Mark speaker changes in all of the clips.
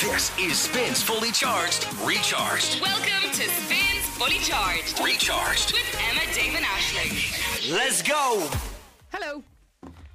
Speaker 1: This is Spins Fully Charged, Recharged,
Speaker 2: Welcome to Spins Fully Charged
Speaker 1: Recharged.
Speaker 2: with Emma Damon Ashley.
Speaker 1: Let's go!
Speaker 3: Hello.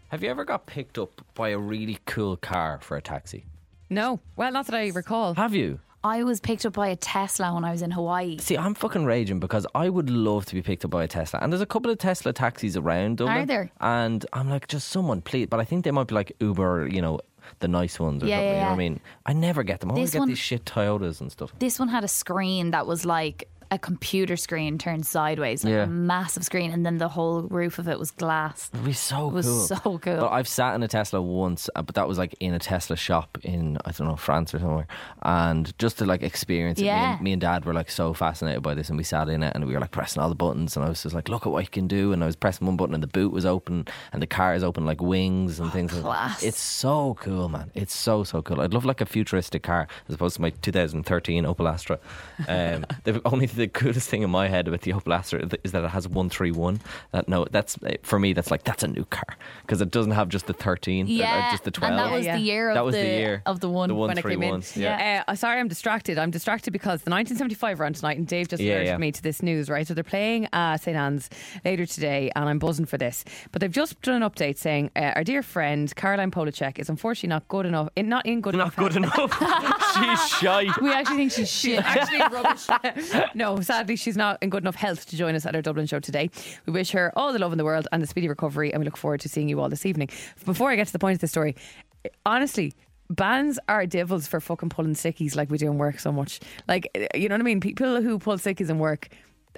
Speaker 4: Have you ever got picked up by a really cool car for a taxi?
Speaker 3: No. Well, not that I recall.
Speaker 4: Have you?
Speaker 5: I was picked up by a Tesla when I was in Hawaii.
Speaker 4: See, I'm fucking raging because I would love to be picked up by a Tesla. And there's a couple of Tesla taxis around Dublin.
Speaker 5: Are there?
Speaker 4: And I'm like, just someone, please. But I think they might be like Uber, you know, the nice ones or
Speaker 5: Yeah,
Speaker 4: something.
Speaker 5: yeah,
Speaker 4: You know what I
Speaker 5: yeah.
Speaker 4: mean? I never get them. I always
Speaker 5: This
Speaker 4: get
Speaker 5: one-
Speaker 4: these shit Toyotas and stuff.
Speaker 5: This one had a screen that was like a computer screen turned sideways, like
Speaker 4: Yeah.
Speaker 5: a massive screen, and then the whole roof of it was glass.
Speaker 4: It'd be so
Speaker 5: It was
Speaker 4: cool.
Speaker 5: so cool.
Speaker 4: But I've sat in a Tesla once, uh, but that was like in a Tesla shop in I don't know France or somewhere, and just to like experience it, me
Speaker 5: Yeah.
Speaker 4: and, me and Dad were like so fascinated by this, and we sat in it and we were like pressing all the buttons, and I was just like, look at what you can do, and I was pressing one button and the boot was open, and the car is open like wings and things. like that.
Speaker 5: Oh, class.
Speaker 4: It's so cool, man. It's so so cool. I'd love like a futuristic car as opposed to my 2013 Opel Astra. Um, the only the coolest thing in my head about the Opel Astra th- is that it has 131. That no, that's uh, for me. That's like that's a new car because it doesn't have just the 13. uh,
Speaker 5: Yeah,
Speaker 4: just the 12.
Speaker 5: and that was
Speaker 3: Yeah,
Speaker 5: the
Speaker 3: yeah.
Speaker 5: year of
Speaker 4: That was
Speaker 5: the,
Speaker 4: the year
Speaker 5: of the one.
Speaker 4: The one-
Speaker 3: when I came in.
Speaker 4: 131s, yeah.
Speaker 3: Uh, sorry, I'm distracted. I'm distracted because the 1975 run tonight, and Dave just
Speaker 4: Yeah,
Speaker 3: alerted
Speaker 4: yeah.
Speaker 3: me to this news, right? So they're playing uh, St. Anne's later today, and I'm buzzing for this. But they've just done an update saying uh, our dear friend Caroline Polachek is unfortunately not good enough, in, not in good
Speaker 4: Not
Speaker 3: enough.
Speaker 4: good enough. She's shy.
Speaker 5: We actually think she's shit.
Speaker 3: actually rubbish. no, sadly, she's not in good enough health to join us at our Dublin show today. We wish her all the love in the world and a speedy recovery, and we look forward to seeing you all this evening. Before I get to the point of the story, honestly, bands are devils for fucking pulling sickies like we do in work so much. Like, you know what I mean? People who pull sickies in work.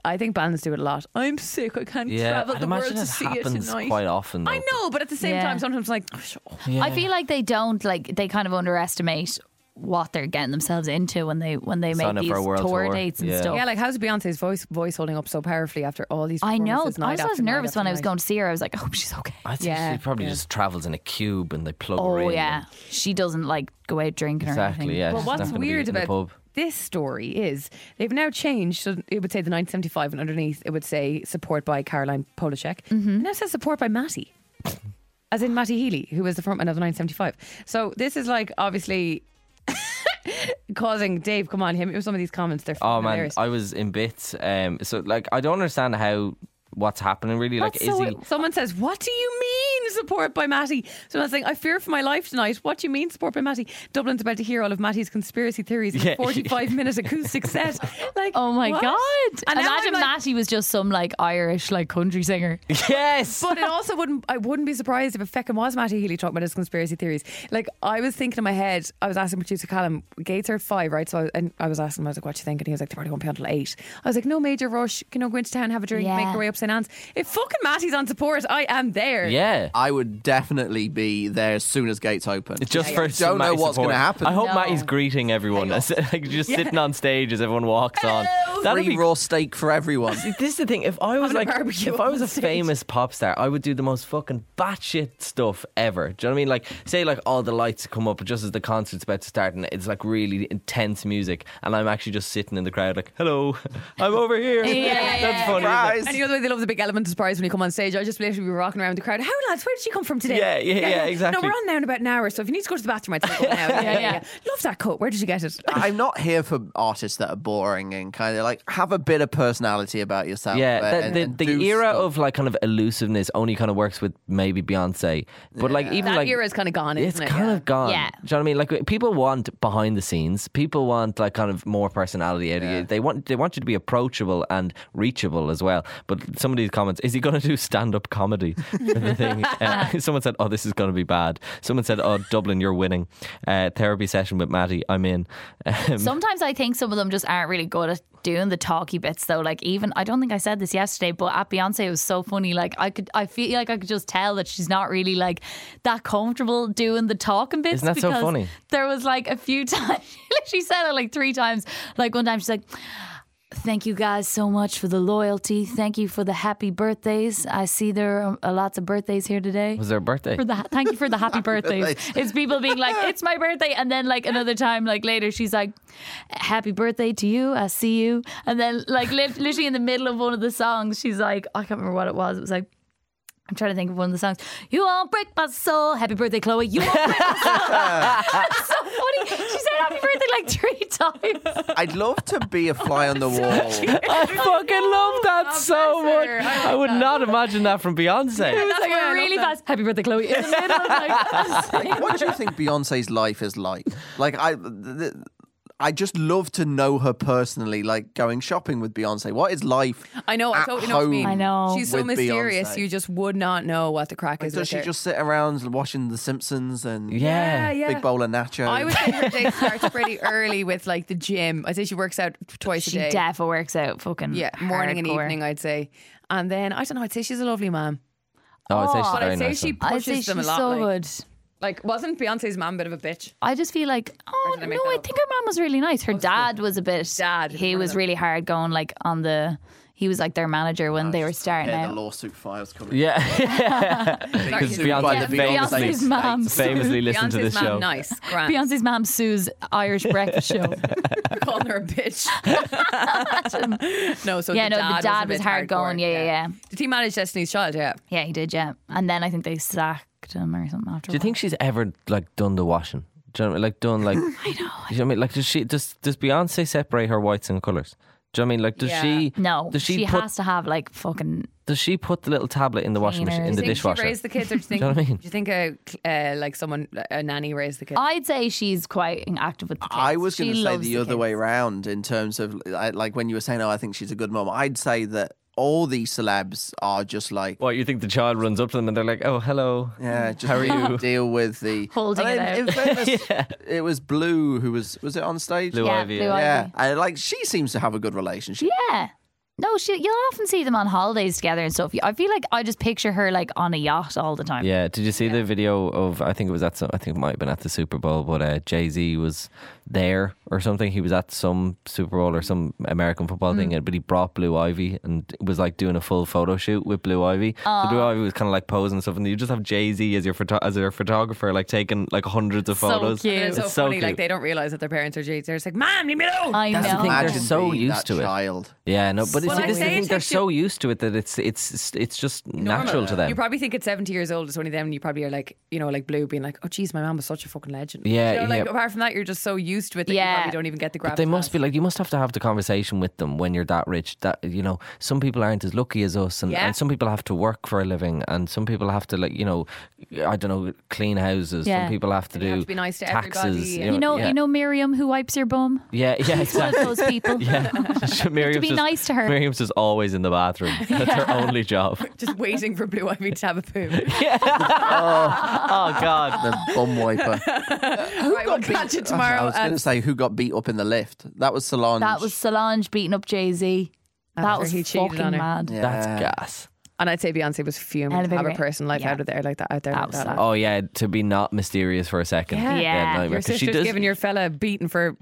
Speaker 3: I think bands do it a lot. I'm sick. I can't
Speaker 4: Yeah,
Speaker 3: travel
Speaker 4: I'd
Speaker 3: the world
Speaker 4: imagine
Speaker 3: to
Speaker 4: it
Speaker 3: see you
Speaker 4: happens
Speaker 3: tonight.
Speaker 4: quite often. Though.
Speaker 3: I know, but at the same
Speaker 5: Yeah.
Speaker 3: time, sometimes like, oh, shut up.
Speaker 5: I feel like they don't like they kind of underestimate what they're getting themselves into when they when they make
Speaker 4: Sign up
Speaker 5: these
Speaker 4: for a
Speaker 5: tour,
Speaker 4: world tour.
Speaker 5: dates and
Speaker 4: Yeah.
Speaker 5: stuff.
Speaker 3: yeah, like how's Beyonce's voice voice holding up so powerfully after all these?
Speaker 5: I know. I
Speaker 3: performances
Speaker 5: was,
Speaker 3: night
Speaker 5: I was
Speaker 3: after night
Speaker 5: nervous
Speaker 3: after
Speaker 5: when I was
Speaker 3: night?
Speaker 5: going to see her. I was like, I hope she's okay.
Speaker 4: I think
Speaker 3: Yeah,
Speaker 4: she probably
Speaker 3: yeah.
Speaker 4: just travels in a cube and they plug her in.
Speaker 5: Oh
Speaker 4: and-
Speaker 5: yeah, she doesn't like go out drinking or anything.
Speaker 4: Exactly. Yeah.
Speaker 3: Well,
Speaker 4: she's
Speaker 3: what's
Speaker 4: not gonna be
Speaker 3: weird
Speaker 4: in the
Speaker 3: about
Speaker 4: pub.
Speaker 3: this story is they've now changed. So it would say the 975, and underneath it would say support by Caroline Polachek. It now says support by Matty, as in Matty Healy, who was the frontman of the 975. So this is like obviously causing Dave. Come on, him. It was some of these comments. They're
Speaker 4: Oh
Speaker 3: fucking
Speaker 4: man,
Speaker 3: hilarious.
Speaker 4: I was in bits. Um, so like, I don't understand how what's happening really. like,
Speaker 5: That's
Speaker 4: is
Speaker 5: so-
Speaker 4: he?
Speaker 3: Someone says, "What do you mean support by Matty?" Someone's saying, "I fear for my life tonight." What do you mean support by Matty? Dublin's about to hear all of Matty's conspiracy theories in
Speaker 4: Yeah.
Speaker 3: a forty-five minute acoustic set. Like,
Speaker 5: Oh my
Speaker 3: what?
Speaker 5: god!
Speaker 3: And now
Speaker 5: Imagine
Speaker 3: I'm like-
Speaker 5: Matty was just some like Irish like country singer.
Speaker 4: Yes.
Speaker 3: But it also wouldn't. I wouldn't be surprised if it feckin' was Matty Healy talking about his conspiracy theories. Like I was thinking in my head, I was asking producer Callum Gates are at five, right? So I, and I was asking him, I was like, "What do you think?" And he was like, "They probably won't be on till eight. I was like, "No major rush. You know, go into town, have a drink,
Speaker 5: Yeah.
Speaker 3: make your way up St Anne's. If fucking Matty's on support, I am there.
Speaker 4: yeah.
Speaker 6: I would definitely be there as soon as gates open.
Speaker 4: Just for
Speaker 6: don't know what's
Speaker 4: going
Speaker 6: gonna
Speaker 4: to
Speaker 6: happen.
Speaker 4: I hope
Speaker 5: No.
Speaker 4: Matty's greeting everyone, as, like just sitting on stage as everyone walks on. That'd
Speaker 6: free
Speaker 4: be
Speaker 6: raw steak for everyone.
Speaker 4: See, This is the thing. If I was
Speaker 3: Having a
Speaker 4: like,
Speaker 3: barbecue
Speaker 4: if I
Speaker 3: on
Speaker 4: was a
Speaker 3: stage.
Speaker 4: famous pop star, I would do the most fucking batshit stuff ever. Do you know what I mean? Like, say like all the lights come up just as the concert's about to start, and it's like really intense music, and I'm actually just sitting in the crowd, like, "Hello, I'm over here."
Speaker 5: yeah,
Speaker 4: That's
Speaker 5: yeah.
Speaker 4: funny. isn't it?
Speaker 6: Surprise.
Speaker 3: And you know the way they love the big element of surprise when you come on stage. I just literally be rocking around the crowd. How lads, where did you come from today?
Speaker 4: Yeah, yeah, yeah, exactly.
Speaker 3: No, we're on now in about an hour, so if you need to go to the bathroom, I'd say go now. yeah, yeah,
Speaker 5: yeah.
Speaker 3: Love that coat. Where did you get it?
Speaker 6: I'm not here for artists that are boring and kind of like have a bit of personality about yourself.
Speaker 4: Yeah,
Speaker 6: uh,
Speaker 4: that,
Speaker 6: and-
Speaker 4: the,
Speaker 6: and
Speaker 4: the
Speaker 6: do
Speaker 4: era
Speaker 6: stuff.
Speaker 4: of like kind of elusiveness only kind of works with maybe Beyonce, but like even
Speaker 3: That
Speaker 4: like
Speaker 3: era's kind of gone,
Speaker 4: It's
Speaker 3: isn't it?
Speaker 4: kind
Speaker 3: Yeah.
Speaker 4: of gone.
Speaker 5: Yeah.
Speaker 4: Do you know what I mean? Like uh, people want behind the scenes. People want like kind of more personality. out of you. They want they want you to be approachable and reachable as well. But some of these comments: Is he going to do stand up comedy? The thing. Uh, someone said, "Oh, this is going to be bad." Someone said, "Oh, Dublin, you're winning." Uh, therapy session with Maddie. I'm in. Um,
Speaker 5: Sometimes I think some of them just aren't really good at doing the talky bits though. Like even I don't think I said this yesterday, but at Beyonce it was so funny. Like I could I feel like I could just tell that she's not really like that comfortable doing the talking bits.
Speaker 4: Isn't that so
Speaker 5: because
Speaker 4: funny?
Speaker 5: There was like a few times she said it like three times. Like one time she's like Thank you guys so much for the loyalty. Thank you for the happy birthdays. I see there are uh, lots of birthdays here today.
Speaker 4: was their birthday?
Speaker 5: for the thank you for the happy birthdays. It's people being like, it's my birthday, and then like another time, like later, she's like, happy birthday to you. I see you, and then like lit- literally in the middle of one of the songs, she's like, I can't remember what it was. It was like. I'm trying to think of one of the songs. You won't break my soul. Happy birthday, Chloe. You won't break my soul. It's so funny. She said happy birthday like three times.
Speaker 6: I'd love to be a fly on the wall.
Speaker 4: I fucking love that so
Speaker 3: bless
Speaker 4: much.
Speaker 3: her.
Speaker 4: I would not imagine that from Beyonce.
Speaker 5: That's like
Speaker 3: why I
Speaker 5: a
Speaker 3: love
Speaker 5: really
Speaker 3: that.
Speaker 5: fast. Happy birthday, Chloe. In the middle, like,
Speaker 6: What do you think Beyonce's life is like? Like I, th- th- I just love to know her personally. Like going shopping with Beyonce. What is life?
Speaker 3: I know. I
Speaker 6: at
Speaker 3: totally know what you mean.
Speaker 6: home
Speaker 5: I know.
Speaker 3: She's so
Speaker 6: with
Speaker 3: mysterious.
Speaker 6: Beyonce?
Speaker 3: You just would not know what the crack is.
Speaker 6: Does
Speaker 3: with
Speaker 6: she
Speaker 3: her.
Speaker 6: just sit around watching The Simpsons and
Speaker 4: Yeah.
Speaker 3: yeah.
Speaker 6: big bowl of nachos?
Speaker 3: I would say her day starts pretty early with like the gym. I say she works out twice
Speaker 5: she
Speaker 3: a day.
Speaker 5: definitely works out fucking
Speaker 3: yeah, morning and
Speaker 5: hardcore.
Speaker 3: evening, I'd say. And then I don't know. I'd say she's a lovely mom.
Speaker 4: Oh, I'd say she's
Speaker 3: But
Speaker 4: very
Speaker 3: I'd say
Speaker 4: nice.
Speaker 3: she
Speaker 4: one.
Speaker 5: I'd
Speaker 3: pushes
Speaker 5: say she's
Speaker 3: them a lot.
Speaker 5: so
Speaker 3: like,
Speaker 5: good.
Speaker 3: like, wasn't Beyonce's mom a bit of a bitch?
Speaker 5: I just feel like, oh
Speaker 3: did I
Speaker 5: no,
Speaker 3: make that
Speaker 5: I
Speaker 3: up?
Speaker 5: think her mom was really nice. Her dad was a bit.
Speaker 3: Dad was
Speaker 5: he
Speaker 3: one of
Speaker 5: was
Speaker 3: them.
Speaker 5: really hard going. Like on the, he was like their manager when they were starting
Speaker 6: Yeah, the
Speaker 5: out.
Speaker 6: lawsuit files coming.
Speaker 4: Yeah, because
Speaker 3: Sorry,
Speaker 4: Beyonce
Speaker 6: by the Beyonce's
Speaker 4: famously,
Speaker 5: Beyonce's mom,
Speaker 4: famously listened to
Speaker 3: Beyonce's
Speaker 4: this
Speaker 3: mom,
Speaker 4: show.
Speaker 3: nice. Grand.
Speaker 5: Beyonce's mom Sue's Irish breakfast show.
Speaker 3: calling her a bitch. no, so
Speaker 5: Yeah, no, the
Speaker 3: the dad
Speaker 5: dad
Speaker 3: was,
Speaker 5: was
Speaker 3: a bit
Speaker 5: hard going.
Speaker 3: hardcore,
Speaker 5: Yeah, yeah, yeah.
Speaker 3: Did he manage Destiny's Child? Yeah.
Speaker 5: Yeah, he did. Yeah, and then I think they sacked him or something after.
Speaker 4: Do you think she's ever like done the washing? Do you know what I mean? Like done like I know. Do you know what I mean? Like does she does does Beyonce separate her whites and colours? Do you know what I mean? Like does
Speaker 3: Yeah.
Speaker 4: she
Speaker 5: No,
Speaker 4: Does she,
Speaker 5: she,
Speaker 4: put
Speaker 5: has to have like fucking.
Speaker 4: does she put the little tablet in the washing machine in
Speaker 5: Cleaners.
Speaker 4: the
Speaker 3: Do you think
Speaker 4: dishwasher?
Speaker 3: she raised the kids, or do you think?
Speaker 4: you know what I mean?
Speaker 3: Do you think a uh, like someone a nanny raised the kids?
Speaker 5: I'd say she's quite active with the kids.
Speaker 6: I was going to
Speaker 5: She
Speaker 6: say
Speaker 5: loves
Speaker 6: the, other
Speaker 5: kids.
Speaker 6: way around in terms of I- like when you were saying, oh, I think she's a good mom. I'd say that all these celebs are just like,
Speaker 4: What you think the child runs up to them and they're like, "Oh, hello."
Speaker 6: yeah, just deal with the
Speaker 5: Holding
Speaker 6: And
Speaker 5: it
Speaker 6: then
Speaker 5: out.
Speaker 6: in fairness, It was Blue who was was it on stage?
Speaker 4: Blue
Speaker 5: Yeah,
Speaker 4: Ivy.
Speaker 5: Blue
Speaker 6: yeah,
Speaker 5: Ivy.
Speaker 6: and like she seems to have a good relationship.
Speaker 5: Yeah. No, she, you'll often see them on holidays together and stuff. I feel like I just picture her like on a yacht all the time.
Speaker 4: Yeah, did you see the video of? I think it was at. Some, I think it might have been at the Super Bowl, but uh, Jay Z was there or something. He was at some Super Bowl or some American football
Speaker 3: Mm.
Speaker 4: thing, and but he brought Blue Ivy and was like doing a full photo shoot with Blue Ivy. So Blue Ivy was kind of like posing and stuff, and you just have Jay Z as your photo- as your photographer, like taking like hundreds of
Speaker 5: So
Speaker 4: photos.
Speaker 5: cute.
Speaker 3: It's so
Speaker 4: It's so
Speaker 3: funny. Like
Speaker 4: cute.
Speaker 3: they don't realize that their parents are J's. They're just like, "Mom, leave me alone."
Speaker 5: I
Speaker 4: That's the
Speaker 5: know.
Speaker 4: thing, they're
Speaker 6: Imagine
Speaker 4: so
Speaker 6: being
Speaker 4: used
Speaker 6: that
Speaker 4: to it.
Speaker 6: Child.
Speaker 4: Yeah, no, but it's,
Speaker 3: Well,
Speaker 4: this
Speaker 3: I
Speaker 4: is the
Speaker 3: say
Speaker 4: thing.
Speaker 3: it's
Speaker 4: They're
Speaker 3: like
Speaker 4: so used to it that it's it's it's just natural to them.
Speaker 3: You probably think at 70 years old is only them. and You probably are like, you know, like Blue being like, oh, geez, my mom was such a fucking legend.
Speaker 4: Yeah,
Speaker 3: You know, like
Speaker 4: yeah.
Speaker 3: apart from that, you're just so used to it that
Speaker 5: Yeah.
Speaker 3: you probably don't even get the grab.
Speaker 4: But they must be like you must have to have the conversation with them when you're that rich. That you know, some people aren't as lucky as us, and,
Speaker 3: Yeah.
Speaker 4: and some people have to work for a living, and some people have to like you know, I don't know, clean houses.
Speaker 5: Yeah.
Speaker 4: Some people have to
Speaker 3: you
Speaker 4: do
Speaker 3: have to be nice to
Speaker 4: taxes.
Speaker 3: everybody,
Speaker 4: You
Speaker 3: and-
Speaker 4: know,
Speaker 5: You know,
Speaker 4: yeah.
Speaker 5: you know Miriam who wipes your bum?
Speaker 4: yeah, yeah,
Speaker 5: One
Speaker 4: exactly.
Speaker 5: of those people.
Speaker 4: Yeah, Miriam's
Speaker 5: be
Speaker 4: just-
Speaker 5: nice to her.
Speaker 4: Miriam's just always in the bathroom. That's her only job.
Speaker 3: just waiting for Blue Ivy to have a poo.
Speaker 4: Oh God,
Speaker 6: The bum wiper.
Speaker 3: right, we'll catch you
Speaker 6: I
Speaker 3: tomorrow.
Speaker 6: was going to
Speaker 3: at-
Speaker 6: say who got beat up in the lift. That was Solange.
Speaker 5: That was Solange beating up Jay Z. That
Speaker 3: After
Speaker 5: was
Speaker 3: he cheated
Speaker 5: fucking
Speaker 3: on her.
Speaker 5: mad.
Speaker 6: Yeah.
Speaker 4: that's gas.
Speaker 3: and I'd say Beyonce was fuming
Speaker 5: Elevator
Speaker 3: to have a
Speaker 5: rate.
Speaker 3: person like
Speaker 5: Yeah.
Speaker 3: out of there like that out there.
Speaker 5: That
Speaker 3: like
Speaker 5: was
Speaker 3: that.
Speaker 5: sad.
Speaker 4: Oh yeah, to be not mysterious for a second.
Speaker 3: Yeah.
Speaker 5: Yeah.
Speaker 4: nightmare.
Speaker 3: Your
Speaker 4: 'Cause she
Speaker 3: sister's
Speaker 4: does-
Speaker 3: giving your fella a beating for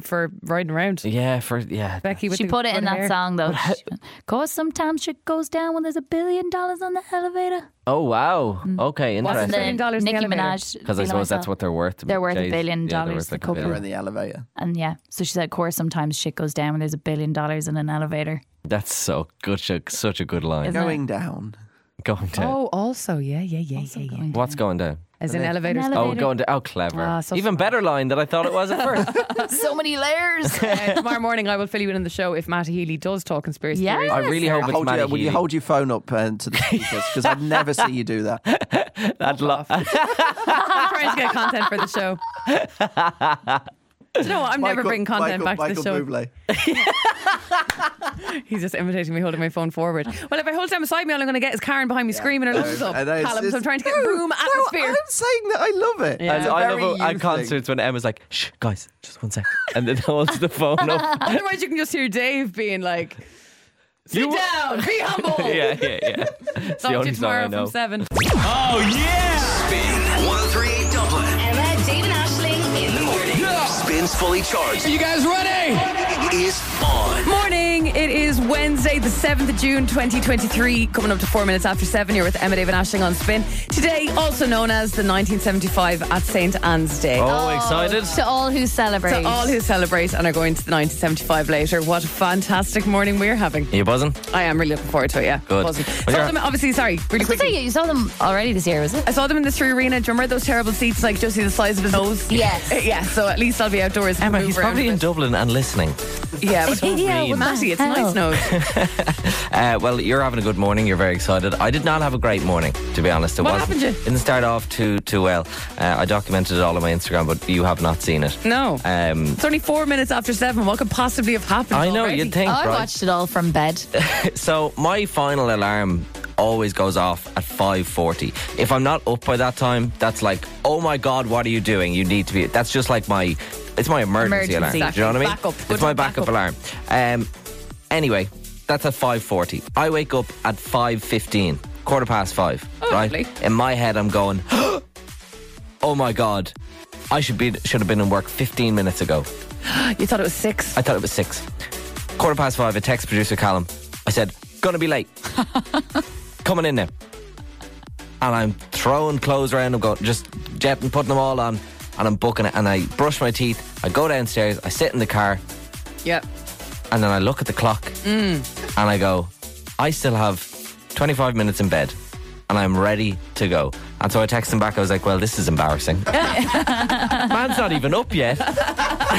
Speaker 3: for riding around.
Speaker 4: Yeah, for yeah.
Speaker 3: Becky, with
Speaker 5: She
Speaker 3: the
Speaker 5: put it in
Speaker 3: red
Speaker 5: that
Speaker 3: hair.
Speaker 5: song though. She went, Cause sometimes shit goes down when there's a billion dollars on the elevator.
Speaker 4: Oh wow. Okay,
Speaker 3: Wasn't Billion
Speaker 4: interesting.
Speaker 5: Then
Speaker 3: dollars in the
Speaker 5: Nicki
Speaker 3: elevator.
Speaker 5: Minaj.
Speaker 4: Because I
Speaker 5: Feel
Speaker 4: suppose that's
Speaker 5: Myself.
Speaker 4: what they're worth.
Speaker 5: They're worth a
Speaker 4: Jay's-
Speaker 5: billion
Speaker 4: yeah, they're
Speaker 5: dollars,
Speaker 4: worth
Speaker 5: the
Speaker 4: like a
Speaker 5: couple.
Speaker 6: They were
Speaker 4: billion.
Speaker 6: in the elevator.
Speaker 5: And yeah, so she said, "Of course, sometimes shit goes down when there's a billion dollars in an elevator."
Speaker 4: That's so good. sh- Such a good line.
Speaker 5: Isn't it?
Speaker 6: Going down.
Speaker 4: Going down.
Speaker 3: Oh, also, yeah, yeah, yeah, yeah, yeah.
Speaker 4: What's going down?
Speaker 3: As in elevators.
Speaker 5: An
Speaker 4: Oh,
Speaker 5: Later.
Speaker 4: going down. Oh, clever.
Speaker 3: Ah, so
Speaker 4: Even
Speaker 3: smart.
Speaker 4: better line than I thought it was at first.
Speaker 5: so many layers.
Speaker 3: Uh, tomorrow morning, I will fill you in on the show if Matty Healy does talk conspiracy
Speaker 5: Yeah.
Speaker 3: theories.
Speaker 4: I really hope it's
Speaker 6: Hold
Speaker 4: Matty
Speaker 6: your, will you
Speaker 4: Healy.
Speaker 6: hold your phone up um, to the speakers? Because I'd never see you do that.
Speaker 4: That lo-
Speaker 3: I'm trying to get content for the show. Do you know what? I'm never bringing content back to the show. He's just imitating me holding my phone forward. Well, if I hold it down beside me, all I'm going to get is Karen behind me screaming her lunches up.
Speaker 6: I know, it's
Speaker 3: Callum, so I'm
Speaker 6: just-
Speaker 3: trying to get room atmosphere.
Speaker 6: I'm saying that I love it.
Speaker 3: Yeah.
Speaker 6: It's
Speaker 4: And
Speaker 6: a
Speaker 4: I
Speaker 6: very
Speaker 4: love it
Speaker 6: you
Speaker 4: at
Speaker 6: thing.
Speaker 4: concerts when Emma's like, shh, guys, just one sec. And then holds the phone up.
Speaker 3: Otherwise, you can just hear Dave being like, sit
Speaker 4: You-
Speaker 3: down, be humble.
Speaker 4: yeah, yeah, yeah. It's the
Speaker 3: Talk to
Speaker 4: only
Speaker 3: you
Speaker 4: song
Speaker 3: tomorrow
Speaker 4: I
Speaker 3: from
Speaker 4: know.
Speaker 3: 7.
Speaker 1: Oh, Spin 1038 Dublin.
Speaker 2: Emma, Dave, and Ashling in the morning.
Speaker 1: Spins fully charged. Are you guys ready? is on.
Speaker 3: Morning. It is Wednesday, the 7th of June, 2023. Coming up to four minutes after seven, you're with Emma David Ashling on Spin. Today, also known as the 1975 at St. Anne's Day.
Speaker 4: Oh, excited.
Speaker 5: To all who celebrate.
Speaker 3: To all who celebrate and are going to the 1975 later, what a fantastic morning we're having.
Speaker 4: you buzzing?
Speaker 3: I am really looking forward to it, yeah.
Speaker 4: Good.
Speaker 3: Buzzing.
Speaker 4: Well,
Speaker 3: Saw
Speaker 4: you're-
Speaker 3: them, obviously, sorry, really
Speaker 5: I was gonna
Speaker 3: quickly.
Speaker 5: say, you saw them already this year, was it?
Speaker 3: I saw them in the Three Arena. Do you remember those terrible seats, like just see the size of his nose?
Speaker 5: Yes.
Speaker 3: Yeah, so at least I'll be outdoors. and
Speaker 4: Emma,
Speaker 3: move
Speaker 4: he's
Speaker 3: around
Speaker 4: probably
Speaker 3: a
Speaker 4: in
Speaker 3: bit.
Speaker 4: Dublin and listening.
Speaker 3: Yeah, but
Speaker 5: Yeah, what
Speaker 4: Green.
Speaker 5: the
Speaker 3: Matty, it's a
Speaker 5: hell?
Speaker 3: nice nose.
Speaker 4: Uh, well, you're having a good morning. You're very excited. I did not have a great morning, to be honest. It
Speaker 3: What
Speaker 4: wasn't,
Speaker 3: happened to you?
Speaker 4: Didn't start off too too well. Uh, I documented it all on my Instagram, but you have not seen it.
Speaker 3: No.
Speaker 4: Um,
Speaker 3: It's only four minutes after seven. What could possibly have happened?
Speaker 4: I know
Speaker 3: already?
Speaker 4: you'd think,
Speaker 5: I
Speaker 4: right?
Speaker 5: watched it all from bed.
Speaker 4: So my final alarm always goes off at 5:40. If I'm not up by that time, that's like, "Oh my god, what are you doing? You need to be." That's just like my it's my emergency,
Speaker 5: Emergency.
Speaker 4: alarm. Do
Speaker 3: Exactly.
Speaker 4: you know what I mean?
Speaker 3: Backup. Good
Speaker 4: It's my
Speaker 3: old
Speaker 4: backup, alarm. Um anyway, that's at 5:40. I wake up at 5:15, quarter past 5, right?
Speaker 3: Oh, lovely.
Speaker 4: In my head I'm going, "Oh my god, I should be should have been in work 15 minutes ago."
Speaker 3: You thought it was six.
Speaker 4: I thought it was six. Quarter past five, I text producer Callum. I said, gonna be late. Coming in now. And I'm throwing clothes around, I'm going, just jetting, putting them all on, and I'm booking it. And I brush my teeth, I go downstairs, I sit in the car,
Speaker 3: Yep.
Speaker 4: and then I look at the clock,
Speaker 5: Mm.
Speaker 4: and I go, I still have 25 minutes in bed, and I'm ready to go. And so I text him back, I was like, well, this is embarrassing. Man's not even up yet.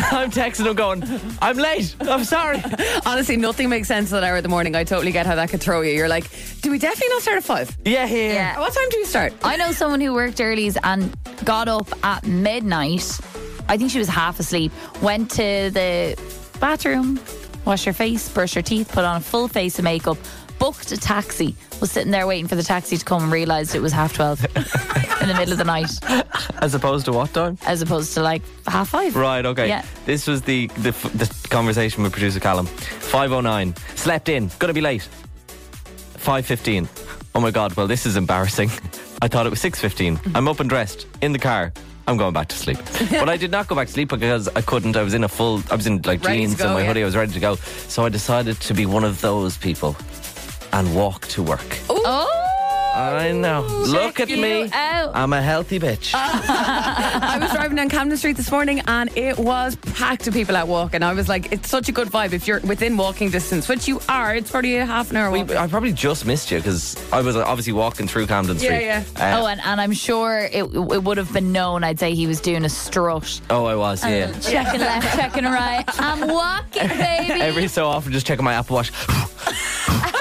Speaker 4: I'm texting him going, I'm late, I'm sorry.
Speaker 3: Honestly, nothing makes sense at that hour of the morning. I totally get how that could throw you. You're like, do we definitely not start at five?
Speaker 4: Yeah,
Speaker 5: Yeah.
Speaker 3: What time do we start?
Speaker 5: I know someone who worked earlys and got up at midnight. I think she was half asleep. Went to the bathroom, washed her face, brushed her teeth, put on a full face of makeup, booked a taxi, was sitting there waiting for the taxi to come and realised it was half 12 in the middle of the night
Speaker 4: As opposed to what time?
Speaker 5: as opposed to like half five.
Speaker 4: Right, okay.
Speaker 5: Yeah.
Speaker 4: This was the, the f- the conversation with producer Callum. 509. Slept in. Gonna be late. 515. Oh my god, well this is embarrassing. I thought it was 615. I'm up and dressed in the car. I'm going back to sleep. but I did not go back to sleep because I couldn't. I was in a full I was in like
Speaker 3: Ready to
Speaker 4: jeans
Speaker 3: go,
Speaker 4: and my
Speaker 3: yeah.
Speaker 4: hoodie. I was ready to go. So I decided to be one of those people and walk to work.
Speaker 5: Oh!
Speaker 4: I know. Look at
Speaker 5: check
Speaker 4: me.
Speaker 5: you out.
Speaker 4: I'm a healthy bitch.
Speaker 3: I was driving down Camden Street this morning and it was packed with people out walking. I was like, it's such a good vibe if you're within walking distance, which you are. It's probably a half an hour walk.
Speaker 4: We- I probably just missed you because I was uh, obviously walking through Camden Street.
Speaker 3: yeah.
Speaker 4: Uh,
Speaker 5: Oh, and, and I'm sure it, it would have been known, I'd say he was doing a strut.
Speaker 4: oh, I was, yeah.
Speaker 5: Checking left, checking right. I'm walking, baby.
Speaker 4: Every so often, just checking my Apple Watch.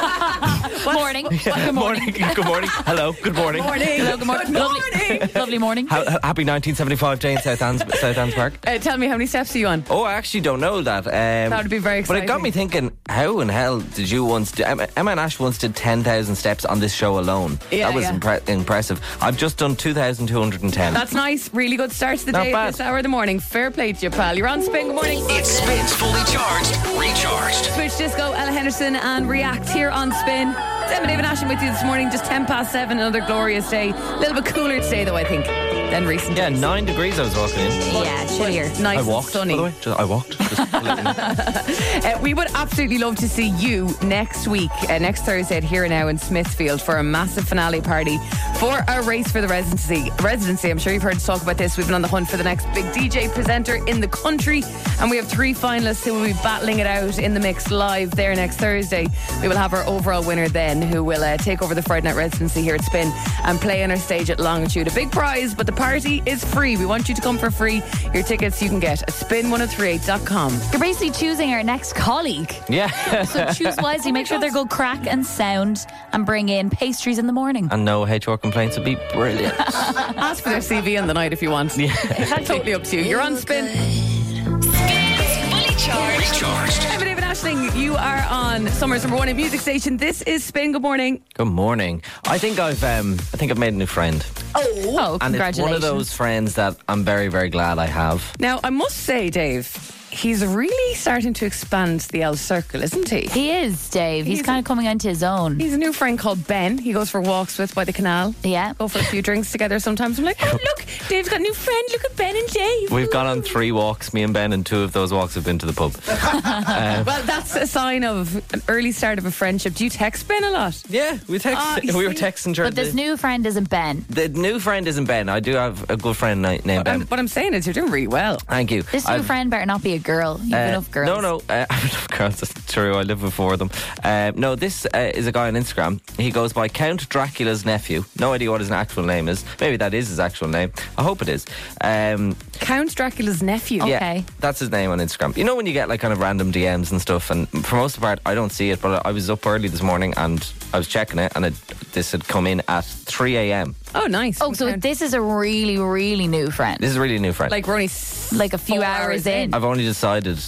Speaker 5: morning.
Speaker 4: Good morning. good morning. Hello. Good morning.
Speaker 5: Hello, good morning. Lovely, lovely morning.
Speaker 4: How, how- happy 1975 day in South Anne's, South Anne's Park.
Speaker 3: Uh, tell me, how many steps are you on?
Speaker 4: Oh, I actually don't know that. Um, that
Speaker 3: would be very
Speaker 4: But it got
Speaker 3: exciting.
Speaker 4: me thinking, how in hell did you once do... Emma, Emma and Ash once did 10,000 steps on this show alone.
Speaker 3: Yeah,
Speaker 4: that was
Speaker 3: yeah.
Speaker 4: impre- impressive. I've just done 2,210.
Speaker 3: That's nice. Really good start to the
Speaker 4: Not
Speaker 3: day
Speaker 4: bad.
Speaker 3: this hour of the morning. Fair play to you, pal. You're on spin. Good morning.
Speaker 1: It spins fully charged, recharged.
Speaker 3: Switch Disco, Ella Henderson, and React here on Spin. It's Emma David Ashton with you this morning, just 10 past 7, another glorious day. A little bit cooler today, though, I think, than recent
Speaker 4: yeah,
Speaker 3: days.
Speaker 4: nine degrees I was walking in.
Speaker 5: Yeah, chillier.
Speaker 3: Nice
Speaker 4: I walked,
Speaker 3: and sunny.
Speaker 4: by the way. Just- I walked. Just-
Speaker 3: Uh, we would absolutely love to see you next week, uh, next Thursday at Here and Now in Smithfield for a massive finale party for our race for the residency. Residency, I'm sure you've heard us talk about this. We've been on the hunt for the next big DJ presenter in the country, and we have three finalists who will be battling it out in the mix live there next Thursday. We will have our overall winner then, who will uh, take over the Friday night residency here at Spin and play on our stage at Longitude. A big prize, but the party is free. We want you to come for free. Your tickets you can get at spin1038.com.
Speaker 5: You're basically choosing our next colleague.
Speaker 4: yeah.
Speaker 5: So choose wisely. Make sure they're good crack and sound and bring in pastries in the morning.
Speaker 4: and no HR complaints would be brilliant.
Speaker 3: Ask for their CV on the night if you want. That's totally up to you. You're on spin.
Speaker 2: Spins Fully Charged.
Speaker 1: Recharged.
Speaker 3: Emma David Ashling, you are on Summer's number one in music station. This is Spin. Good morning.
Speaker 4: Good morning. I think I've um, I think I've made a new friend,
Speaker 5: Oh,
Speaker 4: and
Speaker 5: congratulations.
Speaker 4: it's one of those friends that I'm very very glad I have.
Speaker 3: Now, I must say, Dave, He's really starting to expand the L circle, isn't he?
Speaker 5: He is, Dave. He's,
Speaker 3: He's-
Speaker 5: kind of coming onto his own.
Speaker 3: He's a new friend called Ben. He goes for walks with by the canal.
Speaker 5: Yeah.
Speaker 3: Go for a few drinks together sometimes. I'm like, oh, look, Dave's got a new friend. Look at Ben and Dave.
Speaker 4: We've gone on three walks, me and Ben, and two of those walks have been to the pub.
Speaker 3: Well, that's a sign of an early start of a friendship. Do you text Ben a lot?
Speaker 4: Yeah, we text.
Speaker 3: Ah, you
Speaker 4: we were
Speaker 3: see?
Speaker 4: texting. during
Speaker 5: But this
Speaker 4: the,
Speaker 5: new friend isn't Ben.
Speaker 4: the new friend isn't Ben. I do have a good friend ni- named
Speaker 3: I'm-
Speaker 4: Ben.
Speaker 3: what I'm saying is, you're doing really well.
Speaker 4: Thank you.
Speaker 5: This new
Speaker 4: I've-
Speaker 5: friend better not be a girl. You've
Speaker 4: uh,
Speaker 5: enough girls.
Speaker 4: No, no, uh, I have enough girls. That's true. I live with four of them. Um, no, this uh, is a guy on Instagram. He goes by Count Dracula's nephew. No idea what his actual name is. Maybe that is his actual name. I hope it is. Um,
Speaker 3: Count Dracula's nephew.
Speaker 5: Oh.
Speaker 4: yeah,
Speaker 5: Okay.
Speaker 4: that's his name on Instagram. You know when you get like kind of random DMs and stuff, and for most of the part, I don't see it. But I was up early this morning and I was checking it, and it, this had come in at three a.m.
Speaker 3: Oh, nice.
Speaker 5: Oh, so
Speaker 3: Count-
Speaker 5: this is a really, really new friend.
Speaker 4: This is really a new friend.
Speaker 3: like we're only s-
Speaker 5: like a few
Speaker 3: four
Speaker 5: hours in.
Speaker 4: I've only decided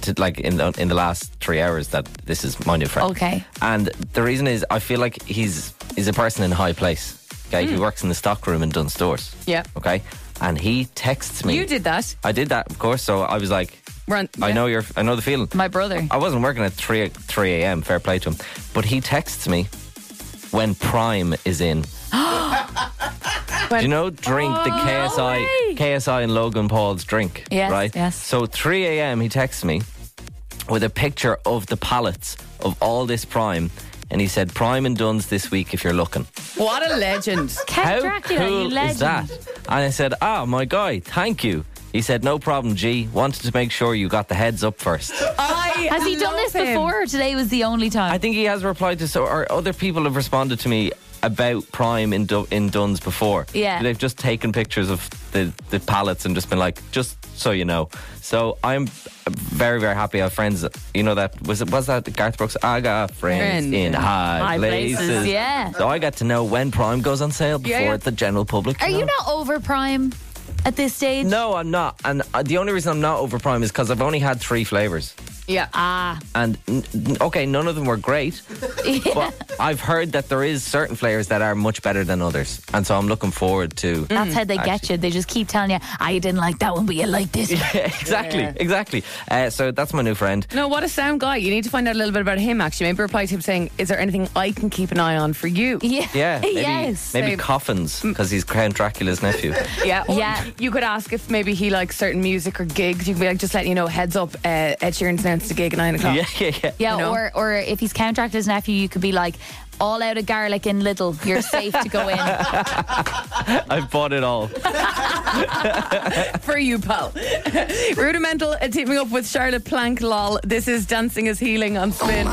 Speaker 4: to like in the, in the last three hours that this is my new friend.
Speaker 5: Okay.
Speaker 4: And the reason is I feel like he's he's a person in high place. Okay,
Speaker 3: Hmm.
Speaker 4: he works in the stockroom in Dunn Stores.
Speaker 3: Yeah.
Speaker 4: Okay, and he texts me.
Speaker 3: You did that.
Speaker 4: I did that, of course. So I was like,
Speaker 3: We're on-
Speaker 4: I
Speaker 3: yeah.
Speaker 4: know you're. I know the feeling.
Speaker 5: My brother.
Speaker 4: I wasn't working at three three a.m. Fair play to him, but he texts me when Prime is in. Do you know drink the
Speaker 3: Oh,
Speaker 4: KSI KSI and Logan Paul's drink?
Speaker 5: Yes,
Speaker 4: right.
Speaker 5: yes.
Speaker 4: So 3 a.m. he texts me with a picture of the pallets of all this Prime, and he said Prime and Duns this week if you're looking.
Speaker 3: What a legend.
Speaker 5: Count
Speaker 4: How
Speaker 5: Dracula, you
Speaker 4: cool
Speaker 5: legend.
Speaker 4: is that? And I said, Ah, my guy, thank you. He said, No problem, G. Wanted to make sure you got the heads up first.
Speaker 3: I
Speaker 5: Has he done
Speaker 3: love
Speaker 5: this
Speaker 3: him.
Speaker 5: before or today was the only time?
Speaker 4: I think he has replied to so, or other people have responded to me about Prime in du- in Duns before.
Speaker 5: Yeah.
Speaker 4: they've just taken pictures of the the pallets and just been like, just so you know. So I'm very very happy. I have friends, you know that was it was that Garth Brooks. I got friends
Speaker 3: Friends
Speaker 4: in
Speaker 3: in
Speaker 4: high,
Speaker 5: high places,
Speaker 4: places.
Speaker 5: yeah.
Speaker 4: So I got to know when Prime goes on sale before
Speaker 3: Yeah, yeah.
Speaker 4: the general public.
Speaker 5: Are you
Speaker 4: know?
Speaker 5: not over prime at this stage?
Speaker 4: No, I'm not. And uh, the only reason I'm not over Prime is because I've only had three flavors.
Speaker 3: Yeah.
Speaker 5: Ah,
Speaker 4: And n- n- okay, none of them were great, but I've heard that there is certain flavors that are much better than others, and so I'm looking forward to.
Speaker 3: Mm,
Speaker 4: Mm.
Speaker 5: that's how they get you. They just keep telling you, I didn't like that one, but you like this. one."
Speaker 4: exactly, exactly. Uh, so that's my new friend.
Speaker 3: No, what a sound guy. You need to find out a little bit about him, actually. Maybe reply to him saying, Is there anything I can keep an eye on for you?
Speaker 5: Yeah.
Speaker 4: Yeah, maybe,
Speaker 5: yes.
Speaker 4: maybe
Speaker 3: same.
Speaker 4: coffins because he's Count Dracula's nephew.
Speaker 3: Yeah. or
Speaker 5: Yeah.
Speaker 3: You could ask if maybe he likes certain music or gigs. You could be like, Just letting you know, heads up, uh, Ed Sheeran's announced a gig at nine o'clock.
Speaker 4: yeah, yeah, yeah.
Speaker 5: yeah,
Speaker 3: you know.
Speaker 5: or or if he's Count Dracula's nephew, you could be like, all out of garlic in Little, you're safe to go in.
Speaker 4: I've bought it all.
Speaker 3: for you, pal. Rudimental uh, teaming up with Charlotte Plank Lol. This is Dancing is Healing on Spin.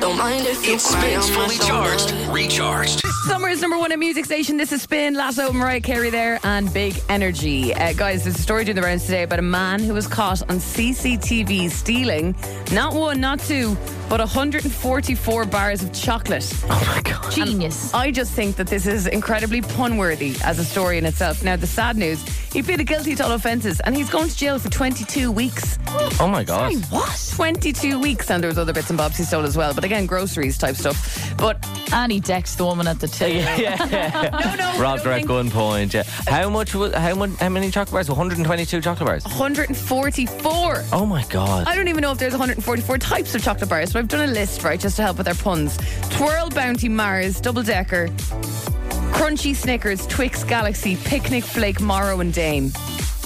Speaker 7: Don't mind if you
Speaker 1: It
Speaker 7: cry
Speaker 1: spins
Speaker 7: on my
Speaker 1: fully charged,
Speaker 7: shoulder.
Speaker 1: recharged.
Speaker 3: Summer is number one at Music Station. This is Spin, Lasso, Mariah Carey there, and Big Energy. Uh, guys, there's a story doing the rounds today about a man who was caught on CCTV stealing not one, not two, but 144 bars of chocolate.
Speaker 4: Oh my god.
Speaker 5: Genius.
Speaker 3: I just think that this is incredibly pun worthy as a story in itself. Now, the sad news he pleaded guilty to all offences and he's going to jail for 22 weeks.
Speaker 4: Oh my god.
Speaker 5: what?
Speaker 3: 22 weeks, and there was other bits and bobs he stole as well, but again, groceries type stuff. But
Speaker 5: And he decks the woman at the till.
Speaker 3: no, no, I
Speaker 4: Robbed
Speaker 3: don't
Speaker 4: her at
Speaker 3: think-
Speaker 4: gunpoint. Yeah. How much? Was, how much? How many chocolate bars? 122 chocolate bars.
Speaker 3: 144.
Speaker 4: Oh my god.
Speaker 3: I don't even know if there's 144 types of chocolate bars, but I've done a list, right, just to help with our puns. Twirl Bounty Mars, Double Decker, Crunchy Snickers, Twix Galaxy, Picnic Flake, Morrow and Dame.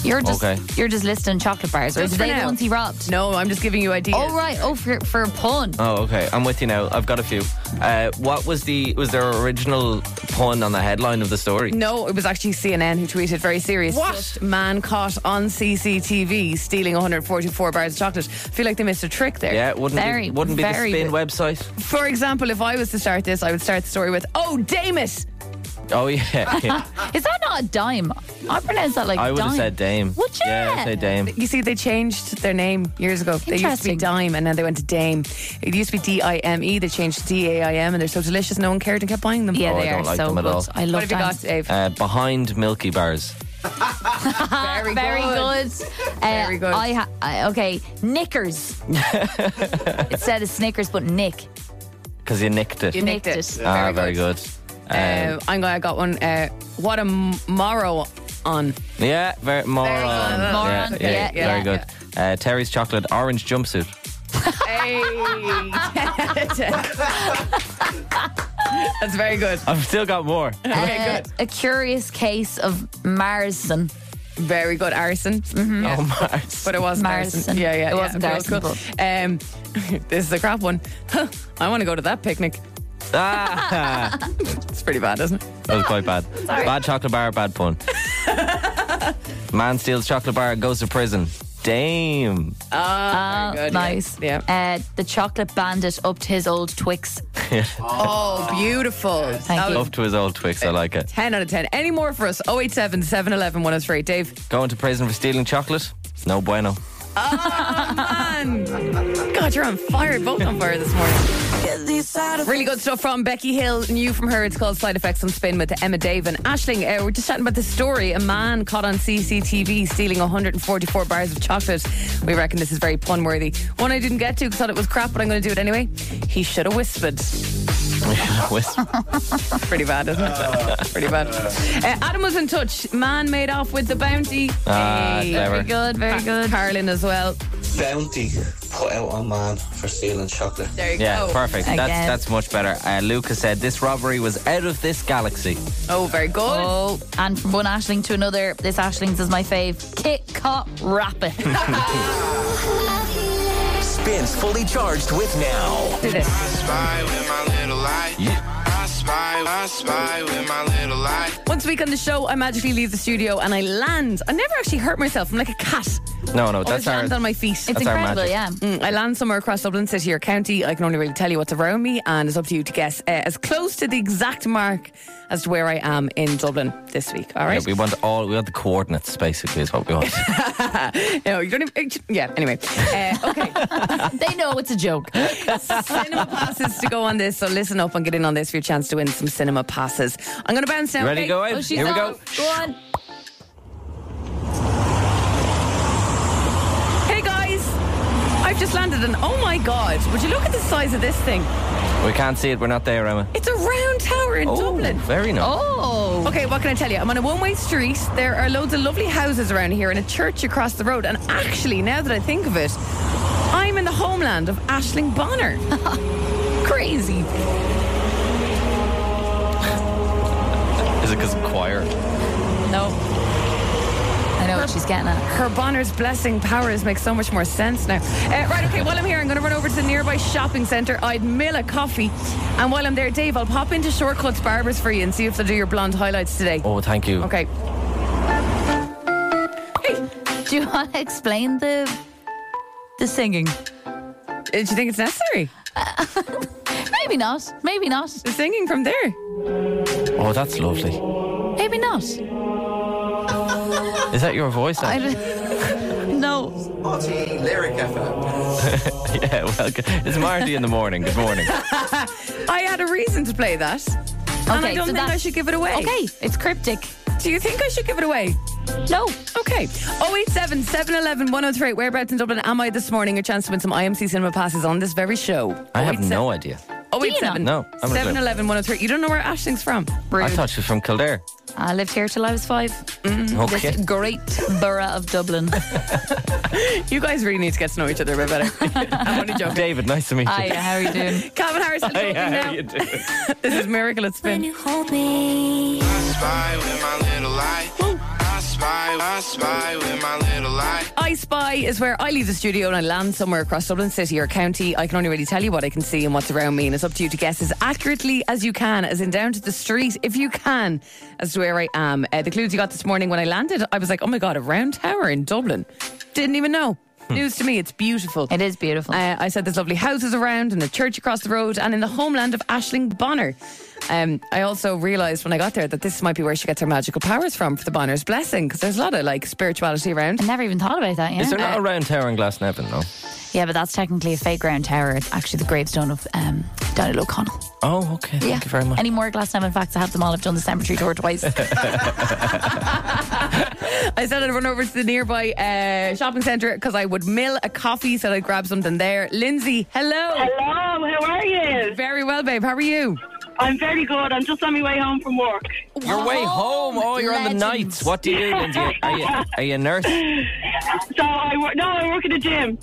Speaker 5: You're just
Speaker 4: Okay.
Speaker 5: you're just listing chocolate bars, or
Speaker 3: Just
Speaker 5: did
Speaker 3: for
Speaker 5: they the
Speaker 3: now.
Speaker 5: ones he robbed?
Speaker 3: No, I'm just giving you ideas.
Speaker 5: Oh right. Oh, for for a pun.
Speaker 4: Oh, okay. I'm with you now. I've got a few. Uh, what was the was there original pun on the headline of the story?
Speaker 3: No, it was actually CNN who tweeted very serious.
Speaker 4: What?
Speaker 3: Just man caught on CCTV stealing 144 bars of chocolate. I feel like they missed a trick there.
Speaker 4: Yeah, it wouldn't
Speaker 5: Very,
Speaker 4: be, wouldn't be the
Speaker 5: very
Speaker 4: spin
Speaker 5: good.
Speaker 4: website.
Speaker 3: For example, if I was to start this, I would start the story with, "Oh, damn it!"
Speaker 4: Oh yeah, yeah.
Speaker 5: Is that not a dime? I pronounce that like
Speaker 4: I would
Speaker 5: dime.
Speaker 4: have said Dame.
Speaker 5: Would ya?
Speaker 4: Yeah, I'd say Dame.
Speaker 3: You see, they changed their name years ago. They used to be
Speaker 5: Interesting.
Speaker 3: Dime, and now they went to Dame. It used to be D I M E. They changed to D A I M, and they're so delicious. No one cared and kept buying them.
Speaker 5: Yeah,
Speaker 4: Oh, I
Speaker 5: they
Speaker 4: don't
Speaker 5: are
Speaker 4: like
Speaker 5: so
Speaker 4: them at
Speaker 5: good.
Speaker 4: all.
Speaker 5: I love
Speaker 3: What have you got,
Speaker 5: dimes.
Speaker 3: Dave?
Speaker 4: Uh, behind Milky Bars.
Speaker 3: very,
Speaker 5: Very good. Uh,
Speaker 3: Very good.
Speaker 5: I ha- I, okay, Knickers. Instead of Snickers, but Nick.
Speaker 4: Because you nicked it.
Speaker 3: You nicked it.
Speaker 5: Nicked it.
Speaker 4: ah, very good.
Speaker 3: Uh, I'm going. I got one. Uh, what a m- morrow on.
Speaker 4: Yeah, very moron.
Speaker 5: good. Moron.
Speaker 4: Yeah, yeah,
Speaker 5: Yeah,
Speaker 4: very
Speaker 5: yeah.
Speaker 4: good. Uh, Terry's chocolate orange jumpsuit.
Speaker 3: That's very good.
Speaker 4: I've still got more.
Speaker 3: Okay, good.
Speaker 5: Uh, A curious case of Mm-hmm. Marson.
Speaker 3: Very good, Arson.
Speaker 4: Oh, Mars.
Speaker 3: But it wasn't
Speaker 5: Mars
Speaker 3: arson.
Speaker 5: and-
Speaker 3: Yeah, yeah,
Speaker 5: it
Speaker 3: yeah.
Speaker 5: wasn't
Speaker 3: Okay,
Speaker 5: arson,
Speaker 3: cool. Um, this is a crap one. Huh, I want to go to that picnic.
Speaker 4: Ah,
Speaker 3: It's pretty bad, isn't it?
Speaker 4: that was quite bad. Bad chocolate bar, bad pun. Man steals chocolate bar, goes to prison. Damn.
Speaker 5: Oh,
Speaker 3: Ah, good, yeah.
Speaker 5: nice.
Speaker 3: Yeah.
Speaker 5: Uh, the chocolate bandit upped his old Twix.
Speaker 3: Oh, beautiful. That
Speaker 5: you.
Speaker 3: was
Speaker 4: Up to his old Twix, I like it.
Speaker 3: 10 out of 10. Any more for us? 087 711 103. Dave.
Speaker 4: Going to prison for stealing chocolate? No bueno.
Speaker 3: Oh, Man. God, you're on fire. Both on fire this morning. Really good stuff from Becky Hill. New from her. It's called Side Effects on Spin with Emma Dave and Ashling. Uh, we're just chatting about the story. A man caught on CCTV stealing 144 bars of chocolate. We reckon this is very pun worthy. One I didn't get to because thought it was crap, but I'm going to do it anyway. He should have whispered.
Speaker 4: Whisper.
Speaker 3: Pretty bad, isn't it? Pretty bad. Uh, Adam was in touch. Man made off with the bounty.
Speaker 4: Ah,
Speaker 3: Hey.
Speaker 4: clever.
Speaker 5: Very good, very good.
Speaker 3: Carlin as well.
Speaker 8: bounty put out on man for stealing chocolate.
Speaker 3: There you
Speaker 4: Yeah,
Speaker 3: go.
Speaker 4: perfect. That's
Speaker 5: Again.
Speaker 4: that's much better. Uh, Lucas said this robbery was out of this galaxy.
Speaker 3: Oh, very good.
Speaker 5: Oh, and from one Ashling to another, this Ashling's is my fave. Kit Kat Rapid.
Speaker 1: Spins fully charged with now.
Speaker 3: Did it.
Speaker 9: spy with my little light. I spy, I spy with my little light.
Speaker 3: Once a week on the show, I magically leave the studio and I land. I never actually hurt myself. I'm like a cat.
Speaker 4: Oh, No, no,
Speaker 3: I just
Speaker 4: that's our.
Speaker 3: land on my feet.
Speaker 5: It's
Speaker 4: That's our
Speaker 5: incredible,
Speaker 4: magic.
Speaker 5: yeah.
Speaker 3: Mm, I land somewhere across Dublin, city or county. I can only really tell you what's around me, and it's up to you to guess uh, as close to the exact mark as to where I am in Dublin this week. All
Speaker 4: Yeah,
Speaker 3: right.
Speaker 4: we want all. We want the coordinates. Basically, is what we want.
Speaker 3: no, you don't even. Yeah. Anyway. Uh, okay.
Speaker 5: They know it's a joke.
Speaker 3: cinema passes to go on this. So listen up and get in on this for your chance to win some cinema passes. I'm going to bounce now.
Speaker 4: Ready?
Speaker 3: okay?
Speaker 4: Go in.
Speaker 5: Oh, she's
Speaker 4: Here we
Speaker 5: on.
Speaker 4: go.
Speaker 5: Go on.
Speaker 3: Hey guys, I've just landed, and oh my god, would you look at the size of this thing?
Speaker 4: We can't see it. We're not there, Emma.
Speaker 3: It's a round tower in Dublin.
Speaker 4: very nice.
Speaker 5: Oh.
Speaker 3: Okay, what can I tell you? I'm on a one way street. There are loads of lovely houses around here and a church across the road. And actually, now that I think of it, I'm in the homeland of Ashling Bonner. Crazy.
Speaker 4: Is it because choir?
Speaker 3: No.
Speaker 5: I know what she's getting at.
Speaker 3: Her Bonner's blessing powers make so much more sense now. Uh, right, okay, while I'm here, I'm going to run over to the nearby shopping centre. I'd mill a coffee. And while I'm there, Dave, I'll pop into Shortcuts Barbers for you and see if they'll do your blonde highlights today.
Speaker 4: Oh, thank you.
Speaker 3: Okay.
Speaker 5: Do you want to explain the the singing?
Speaker 3: Uh, Do you think it's necessary?
Speaker 5: Maybe not. Maybe not.
Speaker 3: The singing from there.
Speaker 4: Oh, that's lovely.
Speaker 5: Maybe not.
Speaker 4: Is that your voice?
Speaker 5: I
Speaker 4: Ange?
Speaker 5: don't- no.
Speaker 6: Party lyric effort.
Speaker 4: yeah. Well, g- it's Marty in the morning. Good morning.
Speaker 3: I had a reason to play that. and I
Speaker 5: Okay,
Speaker 3: don't
Speaker 5: so
Speaker 3: think I
Speaker 5: that's-
Speaker 3: should give it away.
Speaker 5: Okay, it's cryptic.
Speaker 3: Do you think I should give it away?
Speaker 5: No.
Speaker 3: Okay. 087 711 103. Whereabouts in Dublin am I this morning? A chance to win some IMC cinema passes on this very show.
Speaker 4: I have no idea.
Speaker 3: Oh, 087
Speaker 4: No, I'm a
Speaker 3: 711 103. You don't know where Ashling's from?
Speaker 4: I thought she was from Kildare.
Speaker 5: I lived here till I was five. Mm-hmm.
Speaker 4: Okay.
Speaker 5: Great borough of Dublin.
Speaker 3: You guys really need to get to know each other a bit better. I'm only joking.
Speaker 4: David, nice to meet you.
Speaker 5: Hiya, how are you doing?
Speaker 3: Calvin Harrison.
Speaker 4: Hey,
Speaker 3: talking
Speaker 4: how
Speaker 3: now.
Speaker 4: you doing?
Speaker 3: This is Miracle at Spin.
Speaker 9: I spy with my little light. I spy, I spy with my little light.
Speaker 3: I Spy is where I leave the studio and I land somewhere across Dublin City or county. I can only really tell you what I can see and what's around me, and it's up to you to guess as accurately as you can, as in down to the street, if you can, as to where I am. Uh, the clues you got this morning when I landed, I was like, oh my God, a round tower in Dublin. Didn't even know. News to me, it's beautiful.
Speaker 5: Hmm. It is beautiful.
Speaker 3: Uh, I said there's lovely houses around and a church across the road and in the homeland of Ashling Bonner. Um, I also realised when I got there that this might be where she gets her magical powers from for the Bonner's blessing because there's a lot of like spirituality around. Uh,
Speaker 5: I never even thought about that, yeah.
Speaker 4: Is there not a round tower in Glasnevin, though?
Speaker 5: yeah, but that's technically a fake round tower. It's actually the gravestone of um, Donald O'Connell.
Speaker 4: Oh, okay. Thank you very much.
Speaker 5: Any more glass time? In fact, I have them all. I've done the cemetery tour twice.
Speaker 3: I said I'd run over to the nearby uh, shopping centre because I would mill a coffee, so I'd grab something there. Lindsay, hello.
Speaker 10: Hello, how are you?
Speaker 3: Very well, babe. How are you?
Speaker 10: I'm very good. I'm just on my way home from work.
Speaker 4: Your way home. Oh, you're on the nights. What do you do, Lindsay? Are you, are you a nurse?
Speaker 10: So I work. No, I work at a gym.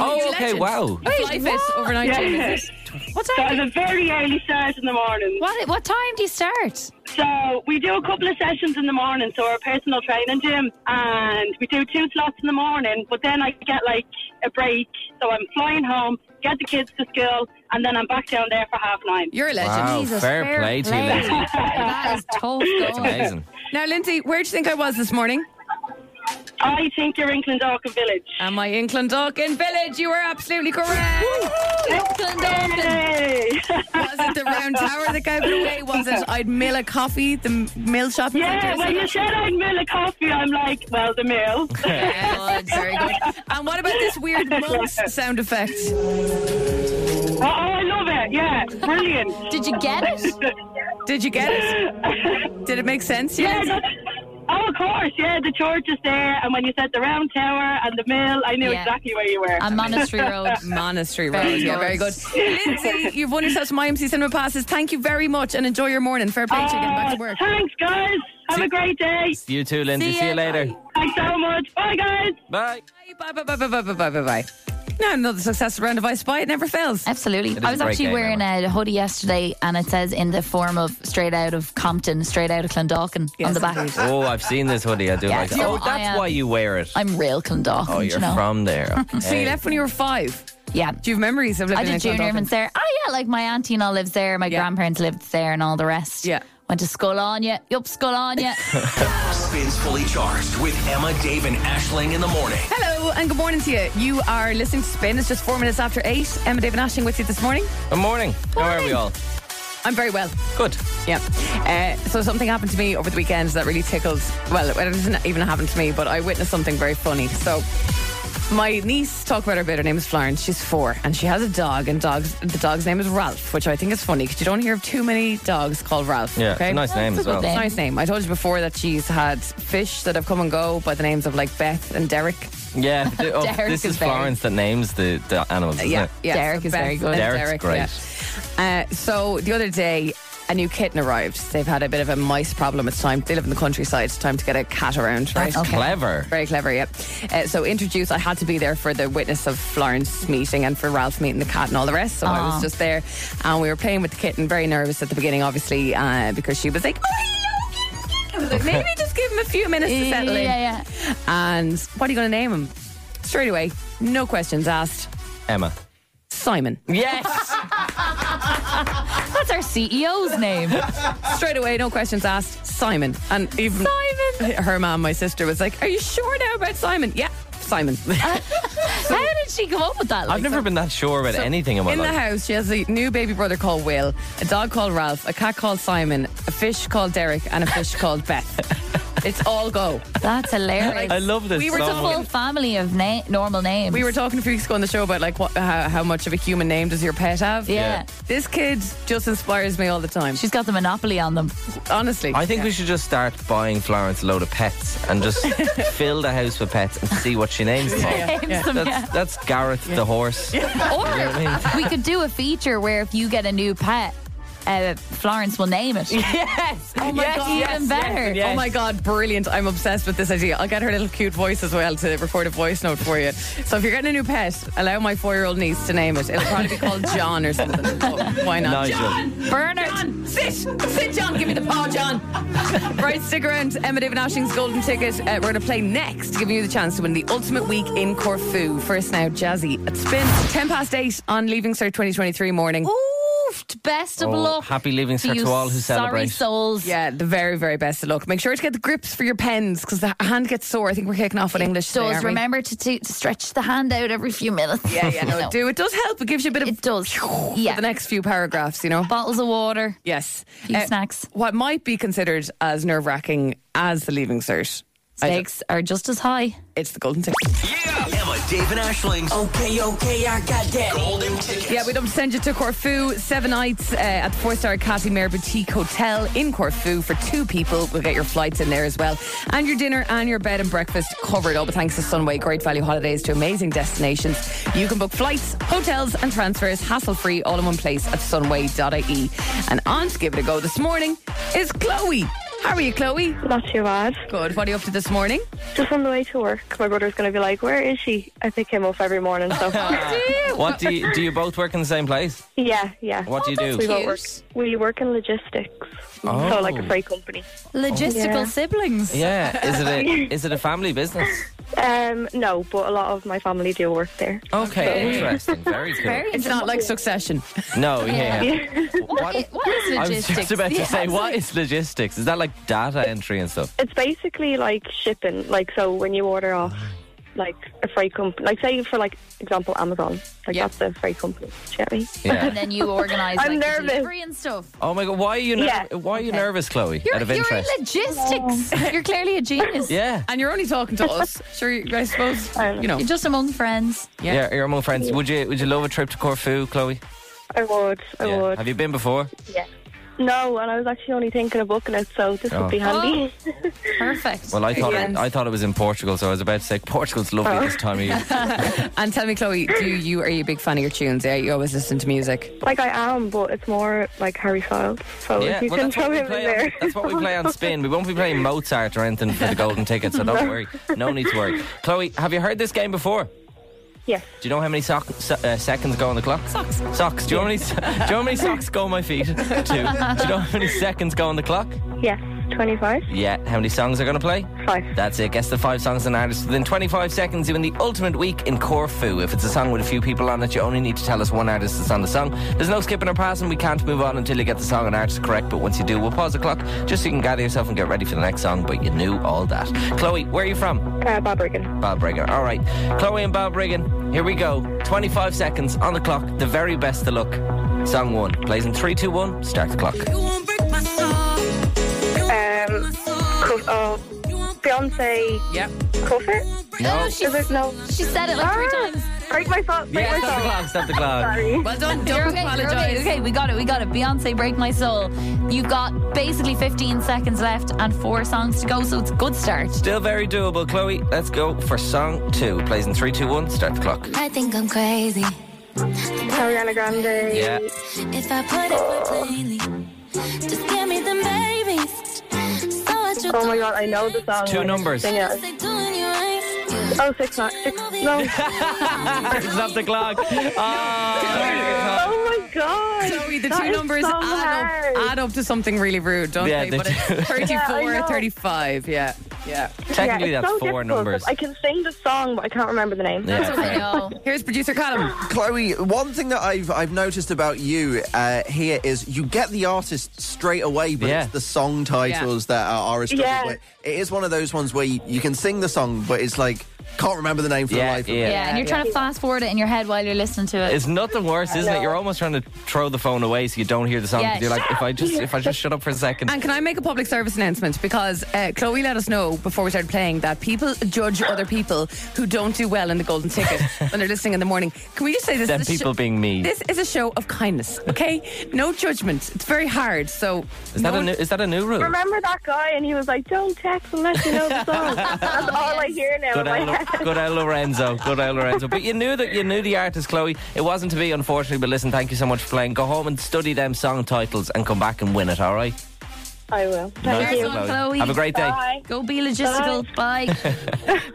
Speaker 4: Oh, okay. Wow.
Speaker 3: Life is overnight.
Speaker 10: Yeah.
Speaker 3: Jane, is
Speaker 5: What
Speaker 10: So I
Speaker 5: time?
Speaker 10: have a very early start in the morning.
Speaker 5: What what time do you start?
Speaker 10: So we do a couple of sessions in the morning. So we're a personal training gym, and we do two slots in the morning. But then I get like a break, so I'm flying home, get the kids to school, and then I'm back down there for half nine.
Speaker 3: You're a legend.
Speaker 4: Wow.
Speaker 5: Jesus,
Speaker 4: fair,
Speaker 5: fair
Speaker 4: play, to you,
Speaker 5: play.
Speaker 4: Lindsay.
Speaker 5: That is tough.
Speaker 4: That's amazing.
Speaker 3: Now, Lindsay, where do you think I was this morning?
Speaker 10: I think you're in Clondalkin Village.
Speaker 3: Am I in Clondalkin Village? You were absolutely correct.
Speaker 10: Hey!
Speaker 3: was it the round tower that gave it away? Was it I'd mill a coffee, the m- mill shopping
Speaker 10: yeah,
Speaker 3: centre?
Speaker 10: when you said I'd mill a coffee, I'm like, well, the mill.
Speaker 3: Yes, very good. And what about this weird monks sound effect?
Speaker 10: oh, I love it. Yeah, brilliant.
Speaker 5: Did you get it?
Speaker 3: Did you get it? Did it make sense?
Speaker 10: Yeah,
Speaker 3: Yes.
Speaker 10: that's- oh, of course. Yeah, the church is there, and when you said the round tower and the mill, I knew
Speaker 5: Yeah.
Speaker 10: exactly where you were.
Speaker 5: On Monastery Road.
Speaker 3: Monastery
Speaker 5: Very
Speaker 3: Road. Yeah,
Speaker 5: good.
Speaker 3: very good. Lindsay, you've won yourself some IMC Cinema Passes. Thank you very much and enjoy your morning. Fair play to you getting back to
Speaker 10: Oh,
Speaker 3: work.
Speaker 10: Thanks, guys. Have a great day.
Speaker 4: You too, Lindsay. See,
Speaker 5: See
Speaker 4: you
Speaker 5: ya,
Speaker 4: later.
Speaker 10: Thanks so much. Bye, guys.
Speaker 4: Bye.
Speaker 3: Bye, bye, bye, bye, bye, bye, bye, bye, bye. Now another successful round of I Spy. It never fails.
Speaker 5: Absolutely.
Speaker 4: is
Speaker 5: I was
Speaker 4: a great
Speaker 5: actually
Speaker 4: game,
Speaker 5: wearing a hoodie yesterday and it says in the form of straight out of Compton, straight out of Clondalkin on the back.
Speaker 4: Oh, I've seen this hoodie. I do
Speaker 5: Yeah,
Speaker 4: like it.
Speaker 5: so
Speaker 4: Oh,
Speaker 5: I
Speaker 4: that's
Speaker 5: am-
Speaker 4: why you wear it.
Speaker 5: I'm real Clondalkin.
Speaker 4: oh,
Speaker 5: do
Speaker 4: you're
Speaker 5: you know?
Speaker 4: from there.
Speaker 3: So you left when you were five.
Speaker 5: Yeah.
Speaker 3: Do you have memories of living
Speaker 5: I did
Speaker 3: in
Speaker 5: junior
Speaker 3: Clondalkin?
Speaker 5: infants there. Oh yeah, like my auntie and all lives there. My
Speaker 3: Yeah.
Speaker 5: grandparents lived there and all the rest.
Speaker 3: Yeah.
Speaker 5: Went to school on you. Yup, school on you.
Speaker 1: Spins Fully Charged with Emma, Dave, and Ashling in the morning.
Speaker 3: Hello and good morning to you. You are listening to Spin. It's just four minutes after eight. Emma David Ashing with you this morning.
Speaker 4: Good morning. How are we all?
Speaker 3: I'm very well.
Speaker 4: Good.
Speaker 3: Yeah. Uh, so something happened to me over the weekend that really tickles. Well, it doesn't even happen to me, but I witnessed something very funny. So my niece talk about her a bit. Her name is Florence. She's four, and she has a dog. And dogs, the dog's name is Ralph, which I think is funny because you don't hear of too many dogs called Ralph.
Speaker 4: Yeah,
Speaker 3: okay?
Speaker 4: it's a nice name
Speaker 5: That's
Speaker 4: as
Speaker 5: a good
Speaker 4: well.
Speaker 5: name.
Speaker 3: It's a nice name. I told you before that she's had fish that have come and go by the names of like Beth and Derek.
Speaker 4: Yeah. th- oh,
Speaker 5: Derek
Speaker 4: this
Speaker 5: is
Speaker 4: is
Speaker 5: very-
Speaker 4: Florence that names the, the animals. Isn't
Speaker 3: Uh, Yeah,
Speaker 4: It?
Speaker 3: yeah.
Speaker 5: Derek
Speaker 3: so
Speaker 5: is
Speaker 3: Beth
Speaker 5: very good.
Speaker 3: and
Speaker 4: Derek's
Speaker 3: Derek,
Speaker 4: great.
Speaker 3: yeah. Uh, so the other day, a new kitten arrived. They've had a bit of a mice problem. It's time. They live in the countryside. It's time to get a cat around, right?
Speaker 5: Okay.
Speaker 4: Clever.
Speaker 3: Very clever, yep. Uh, so introduce. I had to be there for the witness of Florence meeting and for Ralph meeting the cat and all the rest. So I
Speaker 5: Ah.
Speaker 3: was just there, and we were playing with the kitten. Very nervous at the beginning, obviously, uh, because she was like, "Oh, hello, kitty." I was like, maybe just give him a few minutes to
Speaker 5: yeah,
Speaker 3: settle in.
Speaker 5: yeah.
Speaker 3: And what are you going to name him? Straight away, no questions asked.
Speaker 4: Emma.
Speaker 3: Simon.
Speaker 4: Yes.
Speaker 5: That's our CEO's name.
Speaker 3: Straight away, no questions asked. Simon. And even
Speaker 5: Simon.
Speaker 3: her mom, my sister, was like, Are you sure now about Simon? Yeah, Simon.
Speaker 5: How did she come up with that?
Speaker 4: I've never been that sure about anything in my
Speaker 3: In the
Speaker 4: life.
Speaker 3: house, she has a new baby brother called Will, a dog called Ralph, a cat called Simon, a fish called Derek, and a fish called Beth. It's all go.
Speaker 5: That's hilarious.
Speaker 4: I love this.
Speaker 3: We were
Speaker 5: It's a
Speaker 4: so much.
Speaker 5: full family of na- normal names.
Speaker 3: We were talking a few weeks ago on the show about like what, how, how much of a human name does your pet have.
Speaker 5: Yeah.
Speaker 3: This kid just inspires me all the time.
Speaker 5: She's got the monopoly on them.
Speaker 3: honestly.
Speaker 4: I think we should just start buying Florence a load of pets and just fill the house with pets and see what she names them. all.
Speaker 5: Names them, yeah.
Speaker 4: That's, that's Gareth the horse.
Speaker 5: Or
Speaker 4: I mean,
Speaker 5: we could do a feature where if you get a new pet, uh, Florence will name it.
Speaker 3: Yes. Oh
Speaker 5: my God, even better.
Speaker 3: Oh my god, brilliant. I'm obsessed with this idea. I'll get her little cute voice as well to record a voice note for you. So if you're getting a new pet, allow my four year old niece to name it. It'll probably be called John or something. Oh, why not?
Speaker 4: Nigel.
Speaker 5: Bernard.
Speaker 3: John, sit, sit, John. Give me the paw, John. right, stick around. Emma David Ashing's golden ticket. Uh, we're going to play next, giving you the chance to win the ultimate week in Corfu. First now, Jazzy at Spin. 10 past 8 on Leaving Cert 2023 morning.
Speaker 5: Oofed. Best of
Speaker 4: Oh,
Speaker 5: luck.
Speaker 4: happy leaving
Speaker 5: to
Speaker 4: sir
Speaker 5: you
Speaker 4: to all who
Speaker 5: Sorry
Speaker 4: celebrate.
Speaker 5: souls.
Speaker 3: Yeah, the very, very best of luck. Make sure to get the grips for your pens because the hand gets sore. I think we're kicking off with English.
Speaker 5: Does
Speaker 3: today, aren't we?
Speaker 5: remember to, to, to stretch the hand out every few minutes.
Speaker 3: Yeah, yeah, no,
Speaker 5: You know,
Speaker 3: do. It does help. It gives you a bit of
Speaker 5: It does.
Speaker 3: for the
Speaker 5: Yeah.
Speaker 3: next few paragraphs, you know?
Speaker 5: Bottles of water.
Speaker 3: Yes. Uh,
Speaker 5: Few snacks.
Speaker 3: What might be considered as nerve wracking as the leaving cert
Speaker 5: Stakes are just as high.
Speaker 3: It's the golden ticket.
Speaker 1: Emma, Dave, and Ashling's
Speaker 11: Okay, okay, I got that.
Speaker 1: Golden Ticket.
Speaker 3: Yeah, we'd love to send you to Corfu. Seven nights uh, at the four star Casimir Boutique Hotel in Corfu for two people. We'll get your flights in there as well. And your dinner and your bed and breakfast covered, all but thanks to Sunway. Great value holidays to amazing destinations. You can book flights, hotels, and transfers hassle free all in one place at sunway.ie. E. And on to give it a go this morning is Chloe. How are you, Chloe?
Speaker 2: Not too bad.
Speaker 3: Good. What are you up to this morning?
Speaker 2: Just on the way to work, my brother's going to be like, "Where is she?" I pick him up every morning. So
Speaker 4: What do you do? You both work in the same place?
Speaker 2: yeah, yeah.
Speaker 4: What do you do? Oh.
Speaker 2: We both work. We work in logistics,
Speaker 5: Oh,
Speaker 2: so like a freight company.
Speaker 5: Logistical
Speaker 2: Yeah.
Speaker 5: siblings.
Speaker 4: Yeah, is it a is it a family business?
Speaker 2: Um, no, but a lot of my family do work there.
Speaker 4: Okay, interesting. Very cool.
Speaker 3: It's not like succession.
Speaker 4: No, Oh, yeah.
Speaker 5: What, i- what is
Speaker 4: I was
Speaker 5: logistics?
Speaker 4: just about to
Speaker 5: Yeah.
Speaker 4: say, what is logistics? Is that like data entry and stuff?
Speaker 2: It's basically like shipping. Like so, when you order off like a freight company, like say for like example Amazon, like
Speaker 5: Yeah.
Speaker 2: that's a freight company. Do you get me?
Speaker 5: And
Speaker 4: Yeah.
Speaker 5: then you organise like,
Speaker 2: I'm
Speaker 5: the
Speaker 2: nervous.
Speaker 5: delivery and stuff.
Speaker 4: Oh my god, why are you ner-
Speaker 2: Yeah.
Speaker 4: why are you nervous, Chloe?
Speaker 5: You're,
Speaker 4: out of
Speaker 5: you're in
Speaker 4: interest.
Speaker 5: logistics. You're clearly a genius.
Speaker 4: yeah.
Speaker 3: And you're only talking to us. Sure, you- I suppose, you know.
Speaker 5: You're just among friends.
Speaker 4: yeah. you're among friends. Would you would you love a trip to Corfu, Chloe?
Speaker 2: I would. I
Speaker 4: yeah.
Speaker 2: would.
Speaker 4: Have you been before?
Speaker 2: yeah. No, and I was actually only thinking of booking it, so this
Speaker 4: Oh.
Speaker 2: would be handy.
Speaker 5: Perfect.
Speaker 4: Well, I thought
Speaker 2: Yes. Oh.
Speaker 4: I thought it was in Portugal, so I was about to say Portugal's lovely this time of year.
Speaker 3: Oh. And tell me, Chloe, do you are you a big fan of your tunes? Yeah, you always listen to music.
Speaker 2: Like I am, but it's more like Harry Styles. So if you
Speaker 4: well,
Speaker 2: can
Speaker 4: that's, what
Speaker 2: throw
Speaker 4: we
Speaker 2: him in
Speaker 4: play on,
Speaker 2: there.
Speaker 4: that's what we play on spin. We won't be playing Mozart or anything for the golden ticket, so don't worry. No need to worry. Chloe, have you heard this game before? Do
Speaker 2: yes.
Speaker 4: you know how many sock, so, uh, seconds go on the clock? Socks. Socks. Do you, know how many, so- do you know how many socks go on my feet? Two. Do you know how many seconds go on the clock?
Speaker 2: Yes. Twenty-five.
Speaker 4: Yeah. How many songs are going to play?
Speaker 2: Five.
Speaker 4: That's it. Guess the five songs and artists within 25 seconds. You win the ultimate week in Corfu. If it's a song with a few people on it, you only need to tell us one artist that's on the song. There's no skipping or passing. We can't move on until you get the song and artist correct. But once you do, we'll pause the clock just so you can gather yourself and get ready for the next song. But you knew all that. Chloe, where are you from?
Speaker 2: Uh, Bob Regan.
Speaker 4: Balbriggan. All right. Chloe and Balbriggan, here we go. 25 seconds on the clock. The very best of luck. Song one plays in three, two, one. Start the clock.
Speaker 2: Um, co- oh, Beyonce.
Speaker 3: Yep.
Speaker 2: Cover.
Speaker 4: No.
Speaker 2: Is it no? Ah.
Speaker 5: She said it like three times.
Speaker 2: Break my phone. Break
Speaker 4: Yeah,
Speaker 2: my
Speaker 4: stop
Speaker 2: phone.
Speaker 4: the clock. Stop the clock.
Speaker 2: Sorry.
Speaker 3: Well done.
Speaker 5: You're
Speaker 3: Don't
Speaker 5: okay, you're okay,
Speaker 3: apologise.
Speaker 5: okay, we got it, we got it. Beyonce, Break My Soul. You've got basically 15 seconds left and four songs to go, so it's a good start.
Speaker 4: Still very doable, Chloe. Let's go for song two. Plays in three, two, one. Start the clock.
Speaker 12: I think I'm crazy.
Speaker 2: Ariana Grande.
Speaker 4: Yeah.
Speaker 12: If I put it quite plainly, just give me them babies. So what you
Speaker 2: Oh my god, I know the song.
Speaker 4: Two
Speaker 2: like,
Speaker 4: numbers.
Speaker 2: Sing it.
Speaker 12: say doing you right.
Speaker 2: Oh, six, nine, six. No.
Speaker 4: Stop the clock.
Speaker 2: oh my god.
Speaker 3: Chloe, the
Speaker 2: That
Speaker 3: two
Speaker 2: is
Speaker 3: numbers
Speaker 2: so
Speaker 3: add,
Speaker 2: hard.
Speaker 3: up, add up to something really rude, don't
Speaker 4: Yeah,
Speaker 3: they?
Speaker 4: they
Speaker 3: But it's
Speaker 4: do.
Speaker 3: 34,
Speaker 2: Yeah, I know.
Speaker 3: 35, yeah. Yeah.
Speaker 2: Yeah,
Speaker 4: Technically,
Speaker 2: it's
Speaker 4: that's
Speaker 2: so
Speaker 4: four
Speaker 2: difficult.
Speaker 4: numbers.
Speaker 2: I can sing the song, but I can't remember the name.
Speaker 4: Yeah,
Speaker 5: I
Speaker 4: fair.
Speaker 5: know.
Speaker 3: Here's producer Callum.
Speaker 6: Chloe, one thing that I've I've noticed about you uh, here is you get the artist straight away, but
Speaker 4: Yeah.
Speaker 6: it's the song titles that are, are a struggle.
Speaker 2: Yeah.
Speaker 6: Where- It is one of those ones where you, you can sing the song, but it's like can't remember the name for the
Speaker 4: Yeah,
Speaker 6: life of
Speaker 4: yeah.
Speaker 6: me.
Speaker 5: Yeah, and you're
Speaker 3: yeah.
Speaker 5: trying to fast forward it in your head while you're listening to it.
Speaker 4: It's nothing worse, isn't it? You're almost trying to throw the phone away so you don't hear the song.
Speaker 5: Yeah,
Speaker 4: 'cause You're like, if I just if I just shut up for a second.
Speaker 3: And can I make a public service announcement? Because uh, Chloe let us know before we started playing that people judge other people who don't do well in the golden ticket when they're listening in the morning. Can we just say this?
Speaker 4: Them
Speaker 3: is a
Speaker 4: people being me.
Speaker 3: This is a show of kindness, okay? no judgment. It's very hard. So
Speaker 4: Is that a new, is that a new rule?
Speaker 2: Remember that guy, and he was like, "Don't text unless you know the song." That's all I hear now.
Speaker 4: Good
Speaker 2: in my
Speaker 4: old,
Speaker 2: head.
Speaker 4: good old Lorenzo. Good old Lorenzo. But you knew that you knew the artist, Chloe. It wasn't to be, unfortunately. But listen, thank you so much for playing. Go home and study them song titles and come back and win it. All right.
Speaker 2: I will.
Speaker 4: Nice
Speaker 2: Thank
Speaker 4: one,
Speaker 2: you.
Speaker 5: Chloe. Chloe.
Speaker 4: Have a great day.
Speaker 2: Bye.
Speaker 5: Go be logistical. Bye.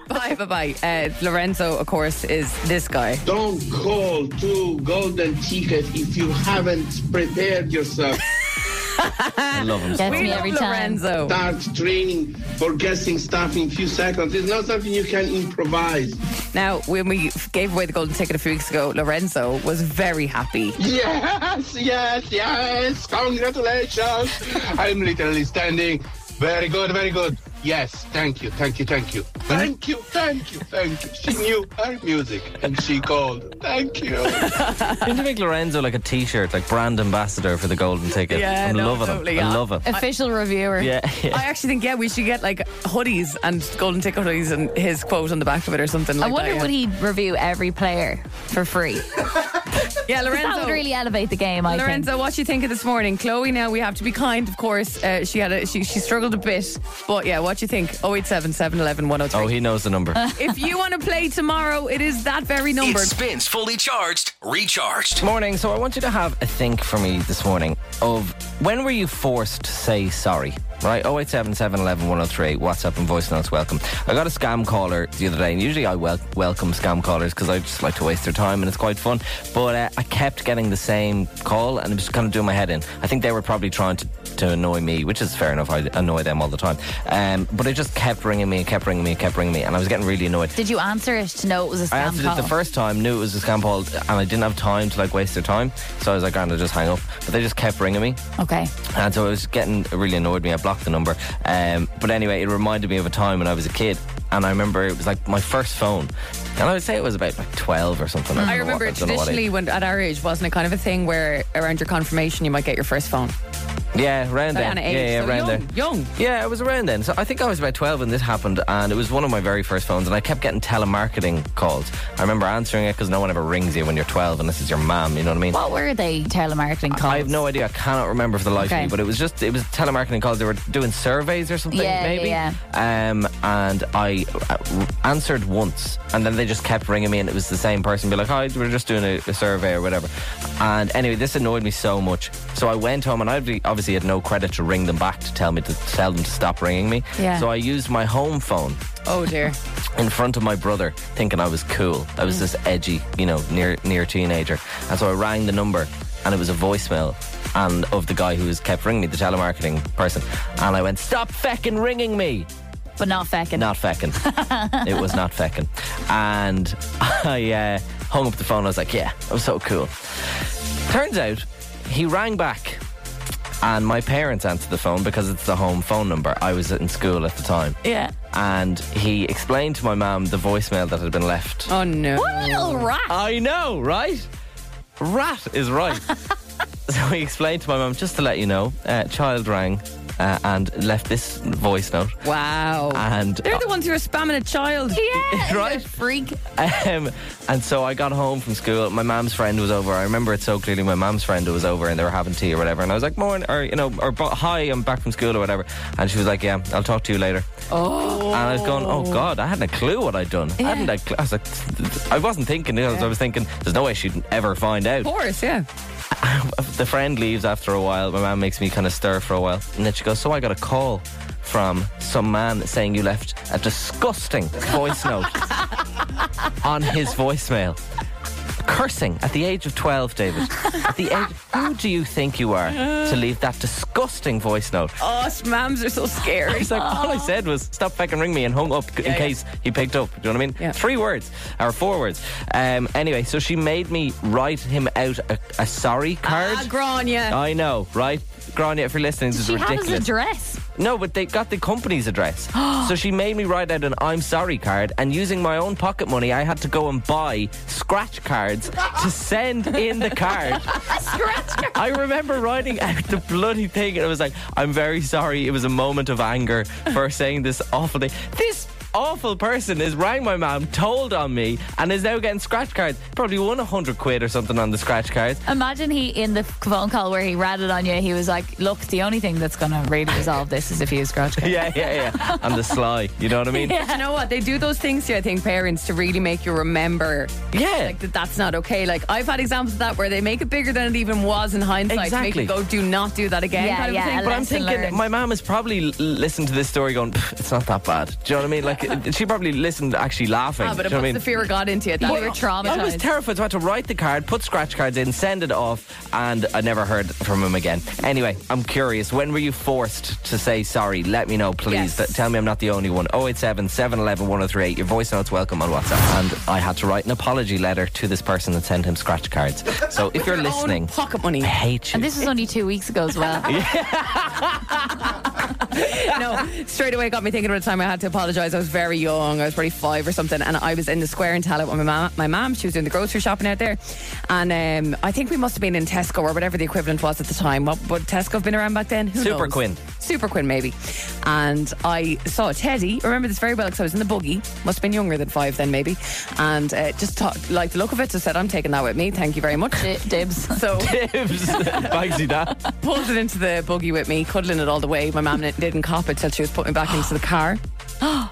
Speaker 3: bye, bye, bye. Uh, Lorenzo, of course, is this guy.
Speaker 13: Don't call to golden ticket if you haven't prepared yourself.
Speaker 4: I love him. so
Speaker 5: Gets
Speaker 4: much.
Speaker 5: me every time.
Speaker 3: Lorenzo.
Speaker 13: Start training for guessing stuff in few seconds. It's not something you can improvise.
Speaker 3: Now, when we gave away the golden ticket a few weeks ago, Lorenzo was very happy.
Speaker 13: Yes, yes, yes. Congratulations. I'm literally standing. Very good, very good. Yes, thank you, thank you, thank you. Thank you, thank you, thank you. She knew her music and she called. Thank you.
Speaker 4: Didn't you make Lorenzo like a T-shirt, like brand ambassador for the golden ticket?
Speaker 3: Yeah,
Speaker 4: I'm
Speaker 3: no,
Speaker 4: loving
Speaker 3: totally,
Speaker 4: him.
Speaker 3: yeah.
Speaker 4: I love him.
Speaker 3: Official reviewer.
Speaker 4: Yeah, yeah.
Speaker 3: I actually think yeah, we should get like hoodies and golden ticket hoodies and his quote on the back of it or something like
Speaker 5: I wonder
Speaker 3: that.
Speaker 5: would he review every player for free?
Speaker 3: yeah, Lorenzo.
Speaker 5: That would really elevate the game. I
Speaker 3: Lorenzo, what do you think of this morning? Chloe, now we have to be kind, of course. Uh, she had a, she, she struggled a bit. But yeah, what do you think? 087 711
Speaker 4: Oh, he knows the number.
Speaker 3: if you want to play tomorrow, it is that very number.
Speaker 1: It spins fully charged, recharged.
Speaker 4: Morning. So I want you to have a think for me this morning of when were you forced to say sorry? Right, 087 711 103, WhatsApp and voice notes welcome. I got a scam caller the other day, and usually I wel- welcome scam callers because I just like to waste their time and it's quite fun. But uh, I kept getting the same call and it was kind of doing my head in. I think they were probably trying to, to annoy me, which is fair enough. I annoy them all the time. Um, but it just kept ringing me, kept ringing me, kept ringing me, and I was getting really annoyed.
Speaker 5: Did you answer it to know it was a
Speaker 4: I
Speaker 5: scam
Speaker 4: answered
Speaker 5: call?
Speaker 4: it the first time, knew it was a scam call, and I didn't have time to like waste their time. So I was like, "Grand, I'll just hang up." But they just kept ringing me,
Speaker 5: okay.
Speaker 4: and so I was getting it really annoyed. Me, I blocked the number. Um, but anyway, it reminded me of a time when I was a kid, and I remember it was like my first phone, and I would say it was about like twelve or something. don't
Speaker 3: I
Speaker 4: know
Speaker 3: remember
Speaker 4: what, don't know what age.
Speaker 3: traditionally when at our age, wasn't it kind of a thing where around your confirmation you might get your first phone?
Speaker 4: Yeah, around
Speaker 3: Sorry,
Speaker 4: then.
Speaker 3: on age,
Speaker 4: Yeah, yeah,
Speaker 3: so
Speaker 4: around
Speaker 3: young,
Speaker 4: there.
Speaker 3: young.
Speaker 4: Yeah, I was around then. So I think I was about 12 when this happened, and it was one of my very first phones, and I kept getting telemarketing calls. I remember answering it because no one ever rings you when you're 12 unless it's your mum, you know what I mean?
Speaker 5: What were they telemarketing calls?
Speaker 4: I have no idea. I cannot remember for the life of
Speaker 5: Okay.
Speaker 4: me, but it was just it was telemarketing calls. They were doing surveys or something,
Speaker 5: Yeah, yeah,
Speaker 4: maybe.
Speaker 5: yeah.
Speaker 4: Um, and I uh, answered once, and then they just kept ringing me, and it was the same person. Be like, "Hi, we're just doing a, a survey or whatever." And anyway, this annoyed me so much. So I went home, and I obvi- obviously had no credit to ring them back to tell me to tell them to stop ringing me.
Speaker 3: Yeah.
Speaker 4: So I used my home phone
Speaker 3: Oh dear. Mm.
Speaker 4: in front of my brother, thinking I was cool. I was this edgy, you know, near near teenager. And so I rang the number, and it was a voicemail, and of the guy who was kept ringing me, the telemarketing person. And I went, "Stop fecking ringing me."
Speaker 5: But not fecking.
Speaker 4: Not fecking. it was not fecking. And I uh, hung up the phone. I was like, "Yeah, I'm so cool." Turns out, he rang back. And my parents answered the phone because it's the home phone number. I was in school at the time
Speaker 5: Yeah.
Speaker 4: and he explained to my mum the voicemail that had been left.
Speaker 3: Oh no.
Speaker 5: What little rat?
Speaker 4: I know, right? Rat is right. so he explained to my mum, just to let you know, uh, child rang uh, and left this voice note.
Speaker 3: Wow.
Speaker 4: And
Speaker 3: They're the ones who are spamming a child.
Speaker 5: Yeah.
Speaker 4: Oh. Right.
Speaker 5: Freak.
Speaker 4: Um, and so I got home from school. My mom's friend was over. I remember it so clearly. My mom's friend was over, and they were having tea or whatever. And I was like, "Morning," or you know, or "Bu- "Hi, I'm back from school" or whatever. And she was like, "Yeah, I'll talk to you later."
Speaker 3: Oh.
Speaker 4: And I was going, "Oh God, I hadn't a clue what I'd done. I hadn't a clue." I was like, "I wasn't thinking." You know, I was thinking, "There's no way she'd ever find out."
Speaker 3: Of course, yeah.
Speaker 4: the friend leaves after a while. My mom makes me kind of stir for a while. And then she goes, So I got a call from some man saying you left a disgusting voice note on his voicemail. Cursing at the age of 12, David. At the age, who do you think you are to leave that disgusting voice note?
Speaker 3: Oh, mums are so scary. Oh,
Speaker 4: He's like, all I said was stop fucking ring me and hung up in
Speaker 3: Yeah, yeah.
Speaker 4: case he picked up. Do you know what I mean? Three words or four words. Um, anyway, so she made me write him out a, a sorry card.
Speaker 3: Ah, Grania.
Speaker 4: I know, right? Grania, if you're listening, this is
Speaker 5: She had
Speaker 4: ridiculous.
Speaker 5: his address.
Speaker 4: No, but they got the company's address. so she made me write out an I'm sorry card, and using my own pocket money, I had to go and buy scratch cards to send in the card. I remember writing out the bloody thing, and I was like, I'm very sorry. It was a moment of anger for saying this awful thing. This awful person is rang my mum, told on me, and is now getting scratch cards. Probably won 100 quid or something on the scratch cards.
Speaker 5: Imagine he in the phone call where he ratted on you. He was like, "Look, the only thing that's going to really resolve this is if you use scratch card."
Speaker 4: Yeah, yeah, yeah. On the sly. You know what I mean?
Speaker 3: But you know what? They do those things to you, I think, parents, to really make you remember.
Speaker 4: Yeah.
Speaker 3: Like, that that's not okay. Like, I've had examples of that where they make it bigger than it even was in hindsight. To make
Speaker 4: Exactly.
Speaker 3: you go, do not do that again.
Speaker 5: Yeah,
Speaker 3: kind of a Ah,
Speaker 5: yeah,
Speaker 3: thing.
Speaker 5: a
Speaker 4: But I'm
Speaker 5: lesson
Speaker 4: thinking
Speaker 5: learned.
Speaker 4: my mom has probably l- listened to this story going, "Pff, it's not that bad. Do you know what I mean? Like, it- she probably listened actually laughing.
Speaker 3: Ah, but
Speaker 4: Do
Speaker 3: it puts
Speaker 4: you know what I
Speaker 3: the
Speaker 4: mean?
Speaker 3: fear of God into you.
Speaker 5: You were traumatized.
Speaker 4: I was terrified. So I had to write the card, put scratch cards in, send it off, and I never heard from him again. Anyway, I'm curious. When were you forced to say sorry? Let me know, please. Th- Tell me I'm not the only one. 087 711 1038. Your voice notes welcome on WhatsApp. And I had to write an apology letter to this person and send him scratch cards. So if you're
Speaker 3: Your own
Speaker 4: listening,
Speaker 3: pocket money.
Speaker 4: I hate you.
Speaker 5: And this was only two weeks ago as well.
Speaker 3: no, straight away got me thinking about the time I had to apologise. I was very young. I was probably five or something, and I was in the square in Tallaght with my mom. My mom, she was doing the grocery shopping out there, and um, I think we must have been in Tesco or whatever the equivalent was at the time. What would Tesco have been around back then? Who
Speaker 4: Super
Speaker 3: knows?
Speaker 4: Quinn.
Speaker 3: Super Quinn, maybe. And I saw a teddy. I remember this very well because I was in the buggy. Must have been younger than five then, maybe. And uh, just thought, like the look of it, so said, I'm taking that with me. Thank you very much.
Speaker 5: Dibs.
Speaker 3: So
Speaker 4: Bagsy that.
Speaker 3: pulled it into the buggy with me, cuddling it all the way. My mum didn't cop it till she was putting me back into the car.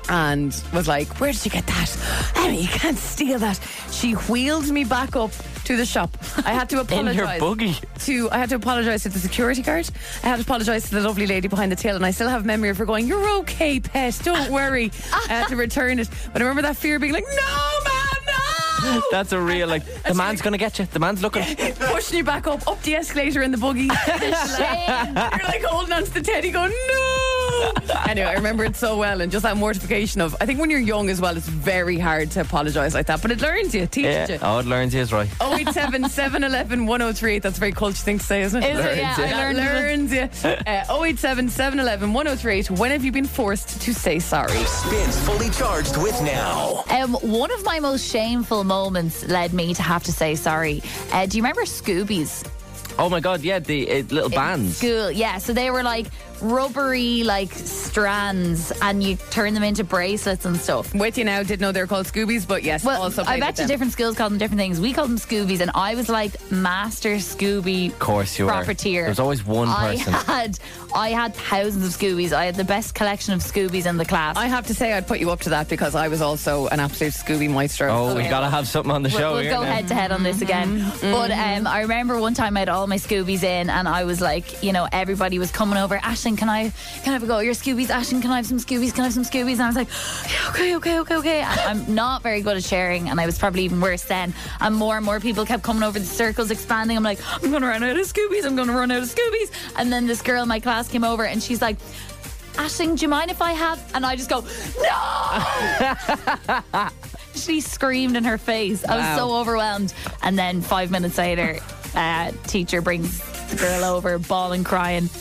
Speaker 3: And was like, Where did you get that? Emmy, you can't steal that. She wheeled me back up to the shop. I had to
Speaker 4: In
Speaker 3: apologize.
Speaker 4: her buggy.
Speaker 3: To I had to apologise to the security guard. I had to apologise to the lovely lady behind the till, and I still have memory of her going, "You're okay, pet. Don't worry." I had to return it, but I remember that fear being like, "No, man, no!"
Speaker 4: That's a real like. The man's gonna get you. The man's looking.
Speaker 3: Pushing you back up, up the escalator in the buggy.
Speaker 5: shame.
Speaker 3: You're like holding onto the teddy, going, "No." Anyway, I remember it so well, and just that mortification of. I think when you're young as well, it's very hard to apologise like that, but it learns you, it teaches
Speaker 4: Yeah.
Speaker 3: you.
Speaker 4: Oh, it learns he is right.
Speaker 3: 087 711 1038. That's a very culture thing to say, isn't it?
Speaker 5: Is it? Yeah, I
Speaker 3: That
Speaker 5: learned it.
Speaker 3: learns yeah. Uh, 087 711 1038. When have you been forced to say sorry?
Speaker 1: Spins fully charged with now.
Speaker 5: Um, one of my most shameful moments led me to have to say sorry. Uh, do you remember Scoobies?
Speaker 4: Oh my God! Yeah, the uh, little bands.
Speaker 5: School, yeah. So they were like rubbery, like strands, and you turn them into bracelets and stuff.
Speaker 3: With you now, didn't know they were called Scoobies, but yes,
Speaker 5: Well,
Speaker 3: also
Speaker 5: I
Speaker 3: played with
Speaker 5: bet you
Speaker 3: them.
Speaker 5: different schools called them different things. We called them Scoobies, and I was like master Scooby
Speaker 4: Of course you
Speaker 5: profiteer.
Speaker 4: were. There's always one
Speaker 5: I
Speaker 4: person.
Speaker 5: had, I had thousands of Scoobies. I had the best collection of Scoobies in the class.
Speaker 3: I have to say, I'd put you up to that because I was also an absolute Scooby maestro.
Speaker 4: Oh, we gotta have something on the
Speaker 5: We'll,
Speaker 4: show
Speaker 5: we'll
Speaker 4: here.
Speaker 5: go
Speaker 4: now.
Speaker 5: head to head on this again. But um, I remember one time I had all my Scoobies in, and I was like, you know, everybody was coming over. Ashton, can I can I have a go at your Scoobies? Ashton, can I have some Scoobies? Can I have some Scoobies? And I was like, "Yeah, okay, okay, okay, okay. And I'm not very good at sharing, and I was probably even worse then. And more and more people kept coming over. The circles expanding. I'm like, I'm gonna run out of Scoobies. I'm gonna run out of Scoobies. And then this girl in my class came over, and she's like. Ashing, do you mind if I have? And I just go, no! she screamed in her face. I was
Speaker 3: Wow.
Speaker 5: so overwhelmed. And then five minutes later, uh, teacher brings the girl over, bawling, crying.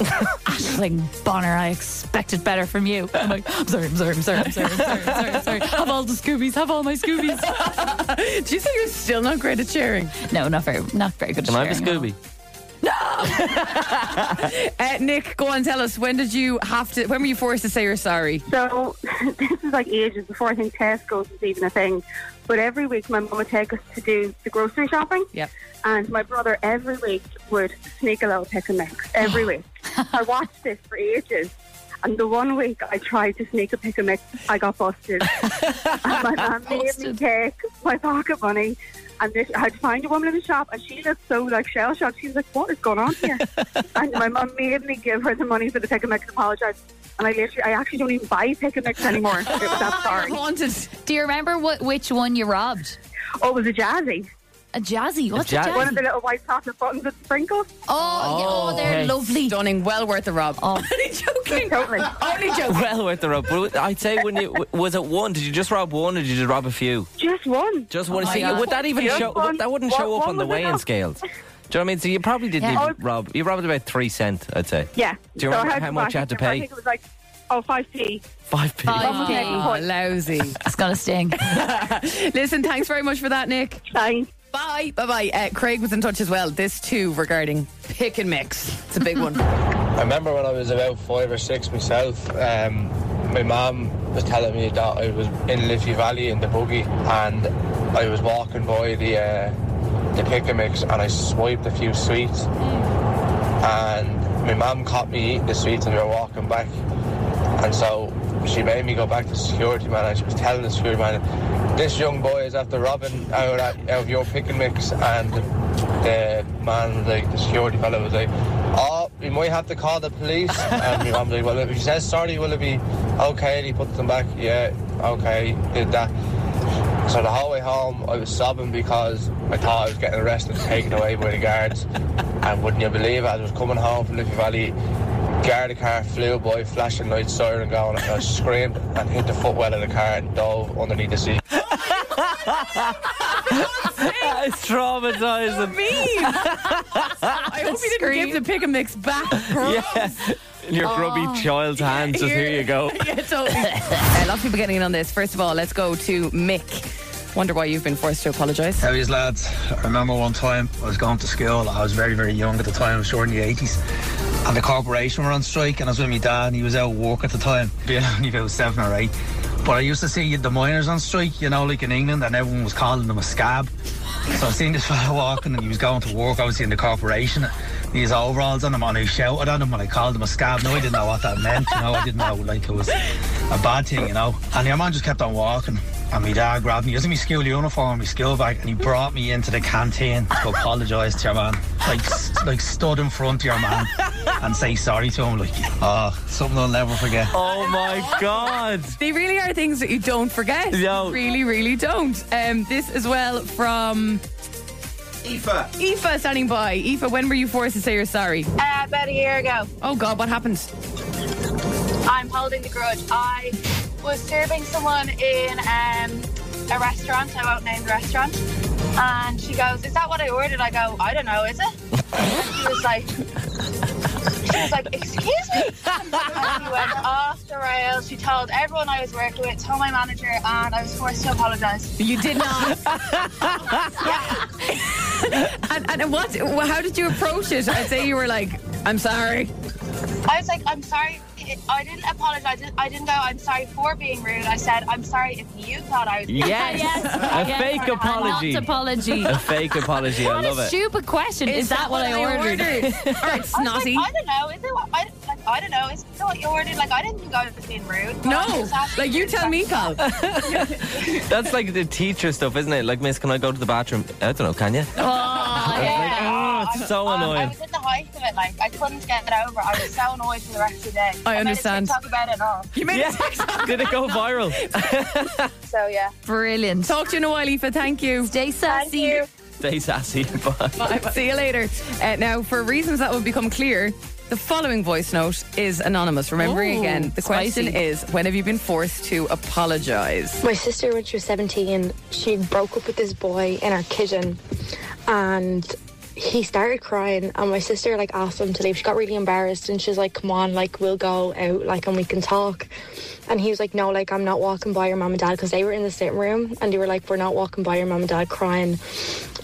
Speaker 5: Ashling Bonner, I expected better from you. I'm like, I'm sorry, I'm sorry, I'm sorry, I'm sorry, I'm sorry, I'm sorry, I'm sorry. Have all the Scoobies, have all my Scoobies.
Speaker 3: Do you think you're still not great at sharing?
Speaker 5: No, not very, not very good. at
Speaker 4: Can I have a
Speaker 5: sharing at all.
Speaker 4: Scooby?
Speaker 3: Uh, Nick, go on, tell us when did you have to? When were you forced to say you're sorry?
Speaker 10: So this is like ages before I think Tesco's was even a thing. But every week my mum would take us to do the grocery shopping.
Speaker 3: Yep.
Speaker 10: And my brother every week would sneak a little pick and mix.
Speaker 3: Oh.
Speaker 10: Every week. I watched this for ages. And the one week I tried to sneak a pick and mix, I got busted. and my mum made me
Speaker 5: Busted.
Speaker 10: take my pocket money. And this, I had to find a woman in the shop, and she looked so like shell shocked. She was like, "What is going on here?" and my mum made me give her the money for the pick and mix. Apologize, and I literally, I actually don't even buy pick and mix anymore. It was that sorry.
Speaker 3: Haunted.
Speaker 5: Do you remember what which one you robbed?
Speaker 10: Oh, it was a jazzy.
Speaker 5: A jazzy. What's a
Speaker 4: jazzy.
Speaker 5: jazzy?
Speaker 10: One of the little white chocolate buttons with sprinkles.
Speaker 5: oh, yeah, oh, they're
Speaker 4: okay.
Speaker 5: lovely.
Speaker 3: Stunning. Well worth the rob.
Speaker 5: Oh.
Speaker 3: Only joking.
Speaker 10: Totally.
Speaker 3: Only joking.
Speaker 4: Well worth the rob. But I'd say when you w- was it one? Did you just rob one, or did you just rob a few?
Speaker 10: Just one.
Speaker 4: Just one.
Speaker 5: my
Speaker 4: See,
Speaker 5: God.
Speaker 4: would that even
Speaker 10: Oh, Just
Speaker 4: show?
Speaker 10: one.
Speaker 4: That wouldn't
Speaker 10: One-
Speaker 4: show up
Speaker 10: one
Speaker 4: on the
Speaker 10: was
Speaker 4: weighing
Speaker 10: enough.
Speaker 4: scales. Do you know what I mean? So you probably didn't
Speaker 5: Yeah.
Speaker 4: even rob. You robbed about three cent, I'd say.
Speaker 10: Yeah.
Speaker 4: Do you
Speaker 10: So I
Speaker 4: remember
Speaker 10: had
Speaker 4: how
Speaker 10: to
Speaker 4: much
Speaker 10: buy-
Speaker 4: you had to
Speaker 10: I
Speaker 4: pay?
Speaker 10: think it was like, oh, five p.
Speaker 4: Five p.
Speaker 5: Five
Speaker 10: Someone
Speaker 5: p.
Speaker 10: take me
Speaker 3: Oh, lousy.
Speaker 5: It's gonna sting.
Speaker 3: Listen, thanks very much for that, Nick.
Speaker 10: Thanks.
Speaker 3: Bye. Bye bye. Uh, Craig was in touch as well. This too regarding pick and mix. It's a big one.
Speaker 14: I remember when I was about five or six myself, um, my mum was telling me that I was in Liffey Valley in the buggy and I was walking by the uh, the pick and mix and I swiped a few sweets and my mum caught me eating the sweets and we were walking back and so she made me go back to security man and she was telling the security man this young boy is after robbing out at- out of your pick and mix and the man was like the security fellow was like oh we might have to call the police and my mum was like well if he says sorry will it be okay and he puts them back yeah okay did that so the whole way home, I was sobbing because I thought I was getting arrested and taken away by the guards. And wouldn't you believe it, as I was coming home from Liffey Valley, guard of the car flew by, flashing lights, siren going, and I screamed and hit the footwell of the car and dove underneath the seat.
Speaker 4: it's traumatizing.
Speaker 3: mean. I hope you didn't give the pick a mix back, girl.
Speaker 4: Yeah. In your grubby
Speaker 3: Oh.
Speaker 4: child's hands, just here you go.
Speaker 3: yeah, totally. a lot of people getting in on this. First of all, let's go to Mick. Wonder why you've been forced to apologise.
Speaker 15: How is lads? I remember one time I was going to school. I was very, very young at the time. I was sure in the 80s. And the corporation were on strike, and I was with my dad, and he was out work at the time, being only about seven or eight. But I used to see the miners on strike, you know, like in England, and everyone was calling them a scab. So I seen this fella walking, and he was going to work, obviously, in the corporation. These overalls on him, and I shouted at him, and I called him a scab. No, I didn't know what that meant, you know, I didn't know, like, it was a bad thing, you know. And your man just kept on walking. And my dad grabbed me, it was in my school uniform, my school bag, and he brought me into the canteen to apologise to your man. Like, s- like stood in front of your man and say sorry to him. Like, oh, something I'll never forget.
Speaker 4: Oh my God.
Speaker 3: They really are things that you don't forget.
Speaker 15: No.
Speaker 3: You Really, really don't. Um, this as well from
Speaker 6: Aoife.
Speaker 3: Aoife standing by. Aoife, when were you forced to say you're sorry?
Speaker 12: Uh, about a year ago.
Speaker 3: Oh God, what happened?
Speaker 12: I'm holding the grudge. I was serving someone in um, a restaurant, I won't name the restaurant, and she goes, Is that what I ordered? I go, I don't know, is it? And she was like, she was like, excuse me. And she went off the rails. She told everyone I was working with, told my manager, and I was forced to apologise.
Speaker 3: You did not. and, and what? How did you approach it? I'd say you were like, "I'm sorry."
Speaker 12: I was like, I'm sorry. I didn't apologize. I didn't go, I'm sorry for being rude. I said, I'm sorry if you thought I was rude."
Speaker 4: Yes. A fake apology. A fake apology. I
Speaker 5: What
Speaker 4: love
Speaker 5: a
Speaker 4: it.
Speaker 5: stupid question. Is, that, what I ordered?
Speaker 12: I was Like, I don't know. Is it what I, like, I don't know. Is it what you ordered? Like I didn't think I was being rude.
Speaker 3: No, like you tell me, Carl.
Speaker 4: That's like the teacher stuff, isn't it? Like, Miss, can I go to the bathroom? I don't know, can you?
Speaker 12: yeah.
Speaker 4: Ah, it's so
Speaker 12: I- I
Speaker 4: annoying.
Speaker 12: was in the height of it. Like I couldn't get it over. I was so annoyed for the rest of the day.
Speaker 3: I
Speaker 12: made a
Speaker 3: understand.
Speaker 12: TikTok about it and all.
Speaker 3: You made
Speaker 4: yeah. Did it go viral?
Speaker 12: So yeah.
Speaker 5: Brilliant.
Speaker 3: Talk to you in a while, Aoife. Thank you.
Speaker 5: Stay sassy.
Speaker 4: Stay sassy. Bye.
Speaker 3: Bye. See you later. Uh, now, for reasons that will become clear, the following voice note is anonymous. Remembering
Speaker 16: Ooh,
Speaker 3: again, the question
Speaker 16: spicy.
Speaker 3: is when have you been forced to apologise?
Speaker 16: My sister, when she was 17, she broke up with this boy in our kitchen and he started crying and my sister like asked him to leave she got really embarrassed and she's like come on like we'll go out like and we can talk and he was like no like i'm not walking by your mom and dad because they were in the sitting room and they were like we're not walking by your mom and dad crying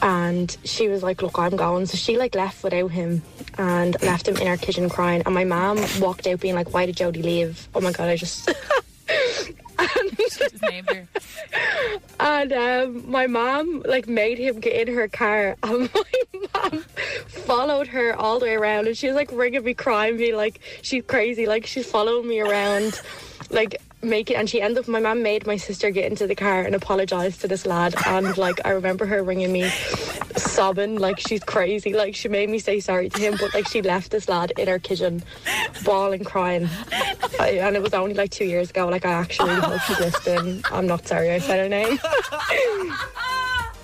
Speaker 16: and she was like look i'm going so she like left without him and left him in our kitchen crying and my mom walked out being like why did jody leave oh my god i just and um, my mom like made him get in her car and my mom followed her all the way around and she was like ringing me crying me like she's crazy like she's following me around like make it and she ended up my mom made my sister get into the car and apologize to this lad and like i remember her ringing me sobbing like she's crazy like she made me say sorry to him but like she left this lad in her kitchen bawling crying I, and it was only like two years ago like i actually hope she's listening i'm not sorry i said her name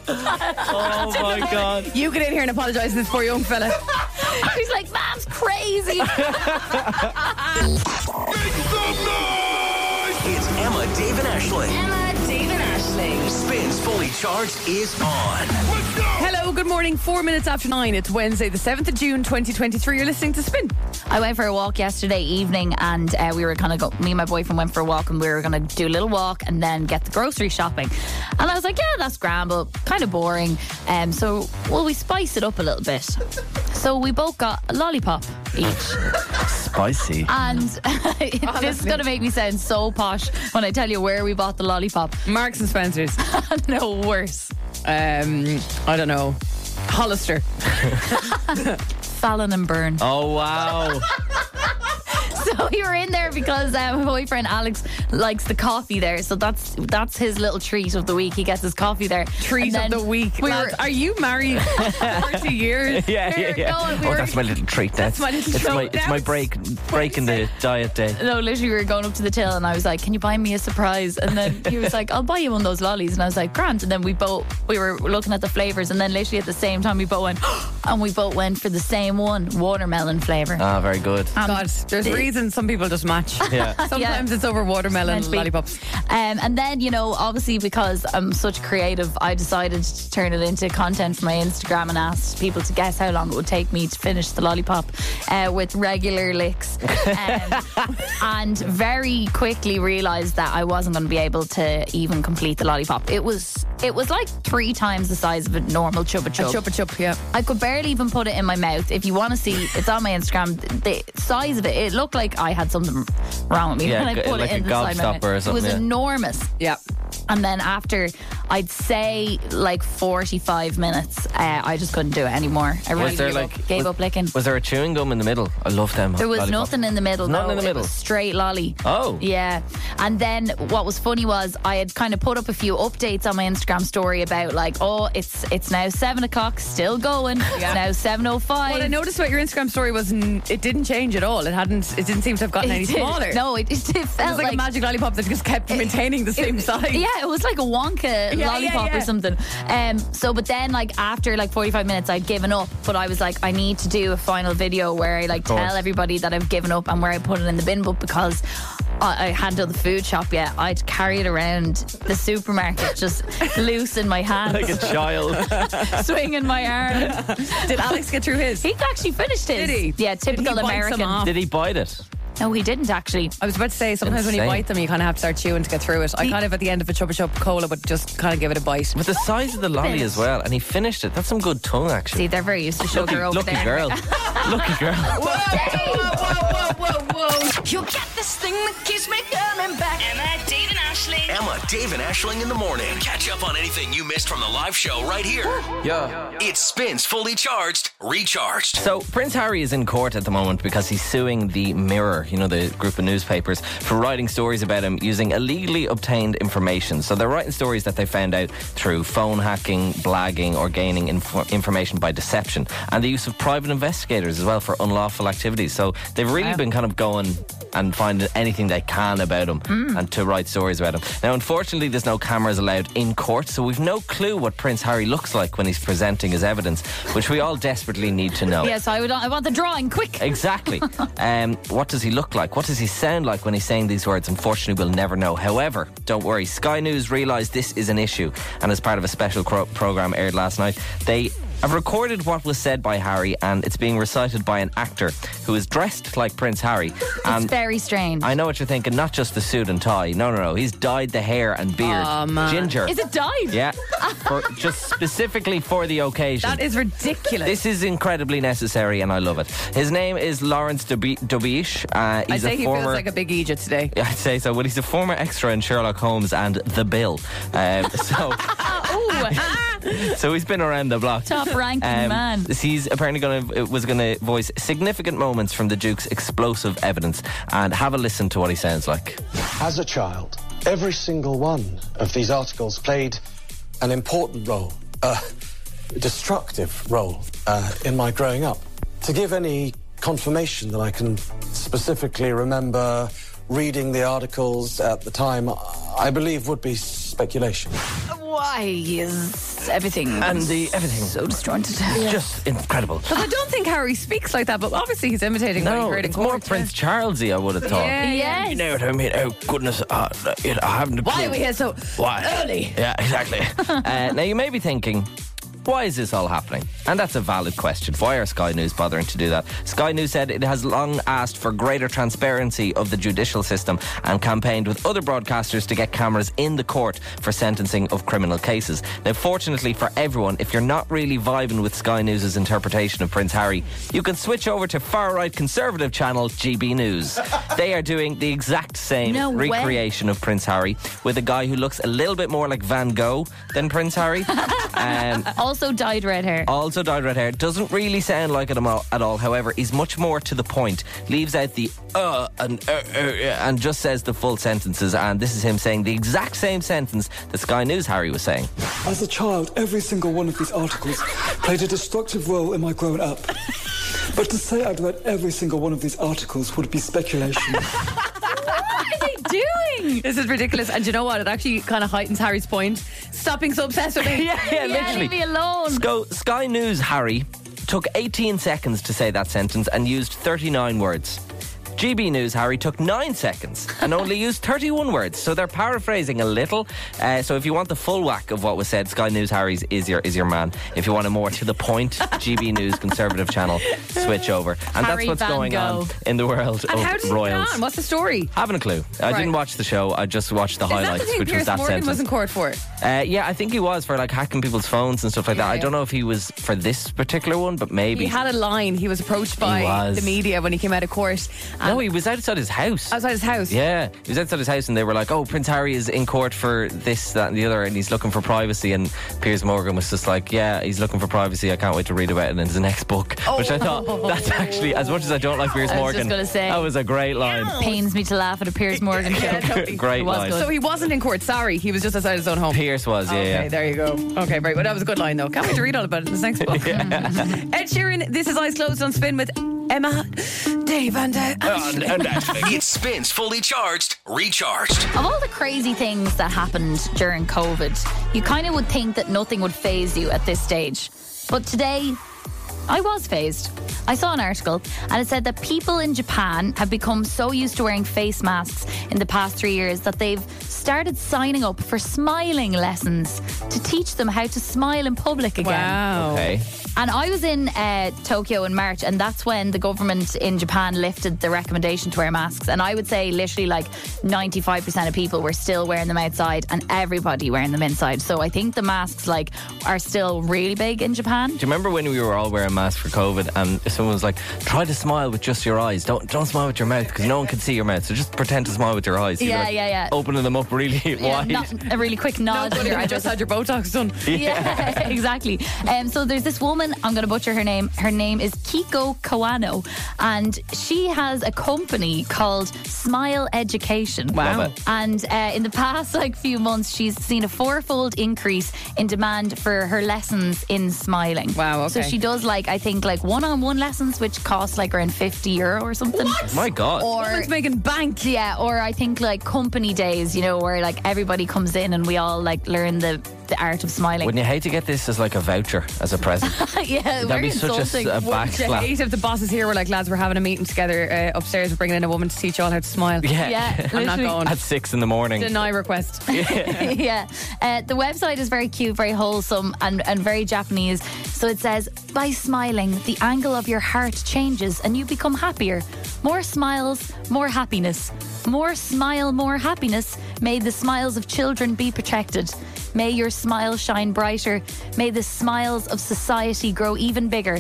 Speaker 4: Oh my God.
Speaker 3: You get in here and apologise to this poor young fella.
Speaker 5: She's like, Mom's crazy.
Speaker 1: It's Emma, David, Ashling. Emma, David, Ashling. Spins Fully Charged is on.
Speaker 3: Hello, good morning. Four minutes after nine. It's Wednesday, the 7th of June, 2023. You're listening to Spin.
Speaker 5: I went for a walk yesterday evening, and uh, we were kind of go. Me and my boyfriend went for a walk, and we were going to do a little walk and then get the grocery shopping. And I was like, "Yeah, that's grand, but kind of boring." Um, so well, we spice it up a little bit. So we both got a lollipop each.
Speaker 4: Spicy.
Speaker 5: And
Speaker 3: Oh,
Speaker 5: this is
Speaker 4: Honestly.
Speaker 5: going to make me sound so posh when I tell you where we bought the lollipop.
Speaker 3: Marks and Spencer's.
Speaker 5: no worse.
Speaker 3: Um, I don't know. Hollister.
Speaker 5: Fallon and Byrne.
Speaker 4: Oh, wow.
Speaker 5: So we were in there because uh, my boyfriend Alex likes the coffee there. So that's that's his little treat of the week. He gets his coffee there.
Speaker 3: Treat of the week.
Speaker 5: we
Speaker 3: lads.
Speaker 5: were-
Speaker 3: Are you married for 40 years?
Speaker 4: yeah, yeah, yeah.
Speaker 5: going, we
Speaker 4: oh,
Speaker 5: were-
Speaker 4: that's my little treat. That's,
Speaker 5: my little
Speaker 4: it's
Speaker 5: treat.
Speaker 4: My, it's
Speaker 5: Now
Speaker 4: my
Speaker 5: it's
Speaker 4: break, break in the diet day.
Speaker 5: No, literally, we were going up to the till, and I was like, "Can you buy me a surprise?" And then he was like, "I'll buy you one of those lollies." And I was like, "Grant." And then we both we were looking at the flavors, and then literally at the same time, we both went, and we both went for the same one, watermelon flavor.
Speaker 4: Ah, very good.
Speaker 5: Um,
Speaker 3: God, there's
Speaker 5: the-
Speaker 3: reasons some people just match.
Speaker 4: Yeah.
Speaker 3: Sometimes it's over watermelon
Speaker 5: Meant to be.
Speaker 3: lollipops.
Speaker 5: Um, and then, you know, obviously because I'm such creative, I decided to turn it into content for my Instagram and asked people to guess how long it would take me to finish the lollipop uh, with regular licks. Um, and very quickly realized that I wasn't going to be able to even complete the lollipop. It was it was like three times the size of a normal chupa
Speaker 3: A
Speaker 5: chup.
Speaker 3: chupa chup, yeah.
Speaker 5: I could barely even put it in my mouth. If you want to see, it's on my Instagram. The size of it, it looked like I had something wrong with me
Speaker 4: Yeah,
Speaker 5: when I
Speaker 4: g-
Speaker 5: put
Speaker 4: like
Speaker 5: it in
Speaker 4: a
Speaker 5: the side of my
Speaker 4: gobstopper or
Speaker 5: mouth. It was
Speaker 4: something, yeah.
Speaker 5: enormous.
Speaker 3: Yeah.
Speaker 5: And then after, I'd say like forty-five minutes, uh, I just couldn't do it anymore. I really
Speaker 4: was there
Speaker 5: gave,
Speaker 4: like
Speaker 5: up, gave
Speaker 4: was,
Speaker 5: up licking.
Speaker 4: Was there a chewing gum in the middle? I love them.
Speaker 5: There was
Speaker 4: lollipop.
Speaker 5: nothing in the middle.
Speaker 4: Nothing
Speaker 5: no.
Speaker 4: in the
Speaker 5: It
Speaker 4: middle?
Speaker 5: was straight lolly.
Speaker 4: Oh.
Speaker 5: Yeah. And then what was funny was I had kind of put up a few updates on my Instagram story about like, oh, it's it's now seven o'clock, still going. It's now seven oh five.
Speaker 3: What I noticed about your Instagram story was n- it didn't change at all. It hadn't. It didn't seem to have gotten
Speaker 5: It
Speaker 3: any
Speaker 5: did-
Speaker 3: smaller.
Speaker 5: No, it, it, it
Speaker 3: It
Speaker 5: felt
Speaker 3: was like, a magic lollipop that just kept maintaining the same size.
Speaker 5: Yeah, it was like a Wonka
Speaker 3: yeah,
Speaker 5: lollipop
Speaker 3: yeah.
Speaker 5: or something. Um, so, but then like after like 45 minutes, I'd given up. But I was like, I need to do a final video where I like
Speaker 4: Of course.
Speaker 5: tell everybody that I've given up and where I put it in the bin. But because I, I hadn't done the food shop yet, I'd carry it around the supermarket just loose in my hands.
Speaker 4: Like a child.
Speaker 5: Swinging my arm.
Speaker 3: Did Alex get through his?
Speaker 5: He actually finished his.
Speaker 3: Did he?
Speaker 5: Yeah, typical
Speaker 3: bite some
Speaker 5: American.
Speaker 3: off?
Speaker 4: Did he bite it?
Speaker 5: No, he didn't actually.
Speaker 3: I was about to say sometimes when you
Speaker 4: Insane.
Speaker 3: bite them, you kind of have to start chewing to get through it. I kind of at the end of a chupa chup cola would just kind of give it a bite.
Speaker 4: But the size of the lolly as well, and he finished it. That's some good tongue
Speaker 5: See,
Speaker 4: action.
Speaker 5: they're very used to sugar
Speaker 4: lucky,
Speaker 5: over
Speaker 4: lucky
Speaker 5: there.
Speaker 4: girl. lucky girl.
Speaker 7: You get this thing that keeps me coming back. Emma, Dave, and Ashley.
Speaker 1: Emma, Dave, and Ashling in the morning. Catch up on anything you missed from the live show right here.
Speaker 4: Yeah. Uh,
Speaker 1: It spins fully charged, recharged.
Speaker 4: So Prince Harry is in court at the moment because he's suing the Mirror, you know, the group of newspapers, for writing stories about him using illegally obtained information. So they're writing stories that they found out through phone hacking, blagging, or gaining inf- information by deception, and the use of private investigators as well for unlawful activities. So they've really been kind of going and finding anything they can about him and to write stories about him. Now, unfortunately, there's no cameras allowed in court, so we've no clue what Prince Harry looks like when he's presenting his evidence, which we all desperately need to know.
Speaker 5: Yes, I would. I want the drawing quick.
Speaker 4: Exactly. um, what does he look like? What does he sound like when he's saying these words? Unfortunately, we'll never know. However, don't worry. Sky News realised this is an issue, and as part of a special cro- programme aired last night, they have recorded what was said by Harry, and it's being recited by an actor who is dressed like Prince Harry. And
Speaker 5: It's very strange.
Speaker 4: I know what you're thinking. Not just the suit and tie. No, no, no. He's dyed the hair and beard.
Speaker 3: Aw, man.
Speaker 4: Ginger.
Speaker 5: Oh, Is it dyed?
Speaker 4: Yeah. For, just specifically for the occasion.
Speaker 3: That is ridiculous.
Speaker 4: This is incredibly necessary, and I love it. His name is Lawrence Dobe- Dobish. Uh,
Speaker 3: I'd
Speaker 4: he's
Speaker 3: say
Speaker 4: a
Speaker 3: he
Speaker 4: former.
Speaker 3: feels like a big Egypt today.
Speaker 4: I'd say so. Well, he's a former extra in Sherlock Holmes and The Bill. Um, so,
Speaker 3: Ah,
Speaker 4: so he's been around the block. Um,
Speaker 5: Top ranking man.
Speaker 4: He's apparently going to was going to voice significant moments from the Duke's explosive evidence, and have a listen to what he sounds like.
Speaker 17: As a child, every single one of these articles played an important role, a destructive role uh, in my growing up. To give any confirmation that I can specifically remember reading the articles at the time, I believe would be speculation.
Speaker 5: Why is everything
Speaker 4: And the uh, everything so
Speaker 5: disjointed?
Speaker 4: Just incredible.
Speaker 3: But I don't think Harry speaks like that. But obviously he's imitating. what he
Speaker 4: No,
Speaker 3: heard in
Speaker 4: it's more
Speaker 3: court, yeah.
Speaker 4: Prince Charlesy. I would have thought.
Speaker 3: Yeah, yeah.
Speaker 4: You know what I mean? Oh goodness, uh, you know, I haven't. a
Speaker 3: Why
Speaker 4: clue.
Speaker 3: are we here so
Speaker 4: Why?
Speaker 3: early?
Speaker 4: Yeah, exactly. uh, now, you may be thinking, why is this all happening? And that's a valid question. Why are Sky News bothering to do that? Sky News said it has long asked for greater transparency of the judicial system and campaigned with other broadcasters to get cameras in the court for sentencing of criminal cases. Now, fortunately for everyone, if you're not really vibing with Sky News's interpretation of Prince Harry, you can switch over to far right conservative channel GB News. They are doing the exact same
Speaker 5: No way.
Speaker 4: recreation creation of Prince Harry with a guy who looks a little bit more like Van Gogh than Prince Harry. um,
Speaker 5: Uh, Also dyed red hair.
Speaker 4: also dyed red hair. Doesn't really sound like it am- at all. However, he's much more to the point. Leaves out the uh and uh, uh, uh, and just says the full sentences. And this is him saying the exact same sentence that Sky News Harry was saying.
Speaker 17: As a child, every single one of these articles played a destructive role in my growing up. But to say I'd read every single one of these articles would be speculation.
Speaker 5: What are they doing?
Speaker 3: This is ridiculous. And you know what? It actually kind of heightens Harry's point. Stop being so obsessed with me.
Speaker 4: Yeah,
Speaker 5: leave
Speaker 4: literally.
Speaker 5: me alone.
Speaker 4: Sco- Sky News Harry took 18 seconds to say that sentence and used 39 words. GB News, Harry, took nine seconds and only used 31 words, so they're paraphrasing a little. Uh, so if you want the full whack of what was said, Sky News Harry's is your is your man. If you want a more to the point, GB News Conservative channel, switch over. And
Speaker 3: Harry
Speaker 4: that's what's
Speaker 3: Van
Speaker 4: going
Speaker 3: Gogh.
Speaker 4: on in the world
Speaker 3: And
Speaker 4: of
Speaker 3: how did he
Speaker 4: royals.
Speaker 3: get on? What's the story?
Speaker 4: Haven't a clue. I
Speaker 3: Right.
Speaker 4: didn't watch the show. I just watched the
Speaker 3: Is that
Speaker 4: highlights,
Speaker 3: the thing
Speaker 4: which was
Speaker 3: Pierce
Speaker 4: that
Speaker 3: Morgan
Speaker 4: sentence.
Speaker 3: was in court for?
Speaker 4: Uh, yeah, I think he was for like hacking people's phones and stuff like that. I
Speaker 3: yeah.
Speaker 4: don't know if he was for this particular one, but maybe.
Speaker 3: He had a line. He was approached by
Speaker 4: was.
Speaker 3: the media when he came out of court.
Speaker 4: no, he was outside his house.
Speaker 3: Outside his house.
Speaker 4: yeah, he was outside his house, and they were like, "Oh, Prince Harry is in court for this, that, and the other, and he's looking for privacy." And Piers Morgan was just like, "Yeah, he's looking for privacy. I can't wait to read about it in his next book."
Speaker 3: Oh.
Speaker 4: Which I thought that's actually, as much as I don't like Piers
Speaker 5: I was
Speaker 4: Morgan,
Speaker 5: just gonna say.
Speaker 4: that was a great line.
Speaker 5: Pains me to laugh at a Piers Morgan joke.
Speaker 4: great line.
Speaker 3: So he wasn't in court. Sorry, he was just outside his own home.
Speaker 4: Pierce was, yeah,
Speaker 3: Okay,
Speaker 4: yeah.
Speaker 3: there you go. Okay, right. Well, that was a good line though. Can't wait to read all about it in this next book. Ed Sheeran, this is Eyes Closed on Spin with Emma, Dave, and uh, Ashley.
Speaker 1: it spins fully charged, recharged.
Speaker 5: Of all the crazy things that happened during COVID, you kind of would think that nothing would phase you at this stage. But today, I was phased. I saw an article and it said that people in Japan have become so used to wearing face masks in the past three years that they've started signing up for smiling lessons to teach them how to smile in public again.
Speaker 3: Wow.
Speaker 4: Okay.
Speaker 5: And I was in uh, Tokyo in March, and that's when the government in Japan lifted the recommendation to wear masks. And I would say literally like 95% of people were still wearing them outside, and everybody wearing them inside. So I think the masks like are still really big in Japan.
Speaker 4: Do you remember when we were all wearing masks for COVID and someone was like, try to smile with just your eyes. Don't don't smile with your mouth because no one can see your mouth. So just pretend to smile with your eyes. You were,
Speaker 5: Yeah,
Speaker 4: like,
Speaker 5: yeah, yeah.
Speaker 4: Opening them up really
Speaker 5: Yeah,
Speaker 4: wide.
Speaker 5: not a really quick nod.
Speaker 3: wonder you just had your Botox done.
Speaker 5: Yeah, exactly. Um, so there's this woman, I'm going to butcher her name. Her name is Kiko Kawano, and she has a company called Smile Education.
Speaker 4: Wow. Love it.
Speaker 5: And uh, in the past like few months, she's seen a fourfold increase in demand for her lessons in smiling. Wow, So
Speaker 4: okay.
Speaker 5: she does like, I think, like one on one lessons, which cost like around 50 euro or something.
Speaker 4: My God.
Speaker 5: Or
Speaker 3: making bank.
Speaker 5: Yeah, or I think like company days, you know, where like everybody comes in and we all like learn the, the art of smiling.
Speaker 4: Wouldn't you hate to get this as like a voucher as a present?
Speaker 5: yeah,
Speaker 4: That'd
Speaker 5: we're
Speaker 4: be such a s-
Speaker 5: insulting.
Speaker 4: a
Speaker 5: Wouldn't
Speaker 4: back
Speaker 5: you
Speaker 4: slap.
Speaker 5: hate
Speaker 3: Eight of the bosses here were like, lads, we're having a meeting together uh, upstairs. We're bringing in a woman to teach you all how to smile.
Speaker 4: Yeah.
Speaker 3: I'm not going.
Speaker 4: At six in the morning.
Speaker 3: Deny request.
Speaker 5: yeah. Uh, the website is very cute, very wholesome, and, and very Japanese. So it says, by smiling, the angle of your heart changes and you become happier. More smiles, more happiness. More smile, more happiness. May the smiles of children be protected. May your smile shine brighter. May the smiles of society grow even bigger.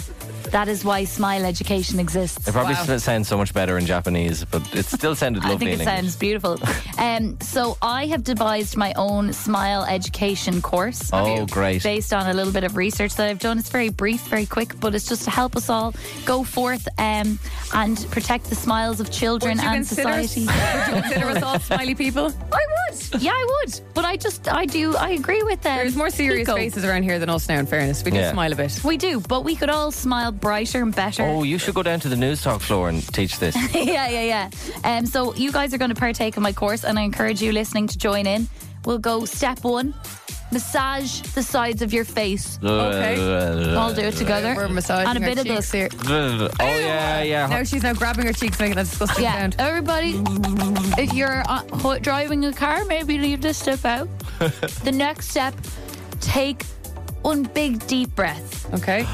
Speaker 5: That is why smile education exists.
Speaker 4: It probably s- sounds so much better in Japanese, but it still sounded lovely
Speaker 5: I think
Speaker 4: in
Speaker 5: it
Speaker 4: English.
Speaker 5: sounds beautiful. Um, so I have devised my own smile education course.
Speaker 4: Oh, Have you? great.
Speaker 5: Based on a little bit of research that I've done. It's very brief, very quick, but it's just to help us all go forth um, and protect the smiles of children
Speaker 3: Would you
Speaker 5: and
Speaker 3: consider us-
Speaker 5: society.
Speaker 3: would you consider us all smiley people?
Speaker 5: I would. Yeah, I would. But I just, I do, I agree with them.
Speaker 3: There's more serious faces around here than us now, in fairness. We do
Speaker 4: Yeah.
Speaker 3: smile a bit.
Speaker 5: We do, but we could all smile brighter and better.
Speaker 4: Oh, you should go down to the news talk floor and teach this.
Speaker 5: yeah, yeah, yeah. Um, so you guys are going to partake in my course, and I encourage you listening to join in. We'll go step one: massage the sides of your face.
Speaker 4: Okay.
Speaker 5: All do it together.
Speaker 3: We're massaging
Speaker 5: and a
Speaker 3: our
Speaker 5: bit of
Speaker 3: cheeks
Speaker 5: this.
Speaker 3: here.
Speaker 4: oh, yeah, yeah.
Speaker 3: Now she's now grabbing her cheeks, making that disgusting
Speaker 5: Yeah,
Speaker 3: sound.
Speaker 5: everybody. If you're uh, ho- driving a car, maybe leave this step out. the next step: take one big deep breath.
Speaker 3: Okay.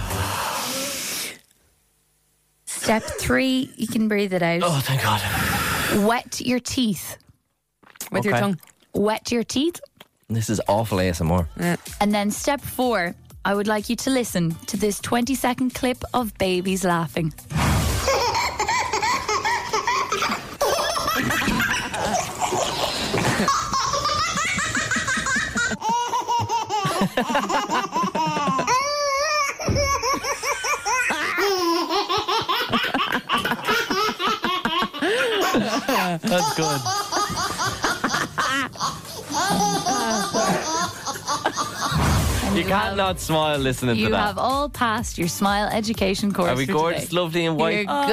Speaker 5: Step three: you can breathe it out.
Speaker 4: Oh, thank God.
Speaker 5: Wet your teeth.
Speaker 4: With your Okay. tongue.
Speaker 5: Wet your teeth.
Speaker 4: This is awful ASMR.
Speaker 5: And then step four, I would like you to listen to this 20 second clip of babies laughing.
Speaker 4: Oh, That's good. You can't not smile listening
Speaker 5: You
Speaker 4: to that.
Speaker 5: have all passed your smile education course.
Speaker 4: Are we
Speaker 5: for
Speaker 4: gorgeous,
Speaker 5: today. Oh,
Speaker 4: lovely, and white?
Speaker 5: You're gorgeous.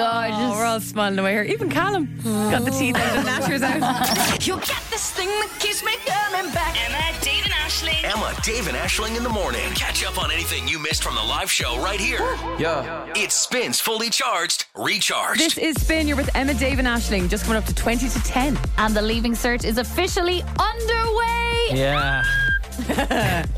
Speaker 3: We're all smiling away here. Even Callum got the teeth out and gnashers out.
Speaker 7: You get this thing that keeps me coming back. Emma, Dave, and Ashling.
Speaker 1: Emma, Dave, and Ashling in the morning. Catch up on anything you missed from the live show right here. Yeah. It spins fully charged, recharged.
Speaker 3: This is Spin. You're with Emma, Dave, and Ashling. Just coming up to 20 to 10.
Speaker 5: And the leaving cert is officially underway.
Speaker 4: Yeah.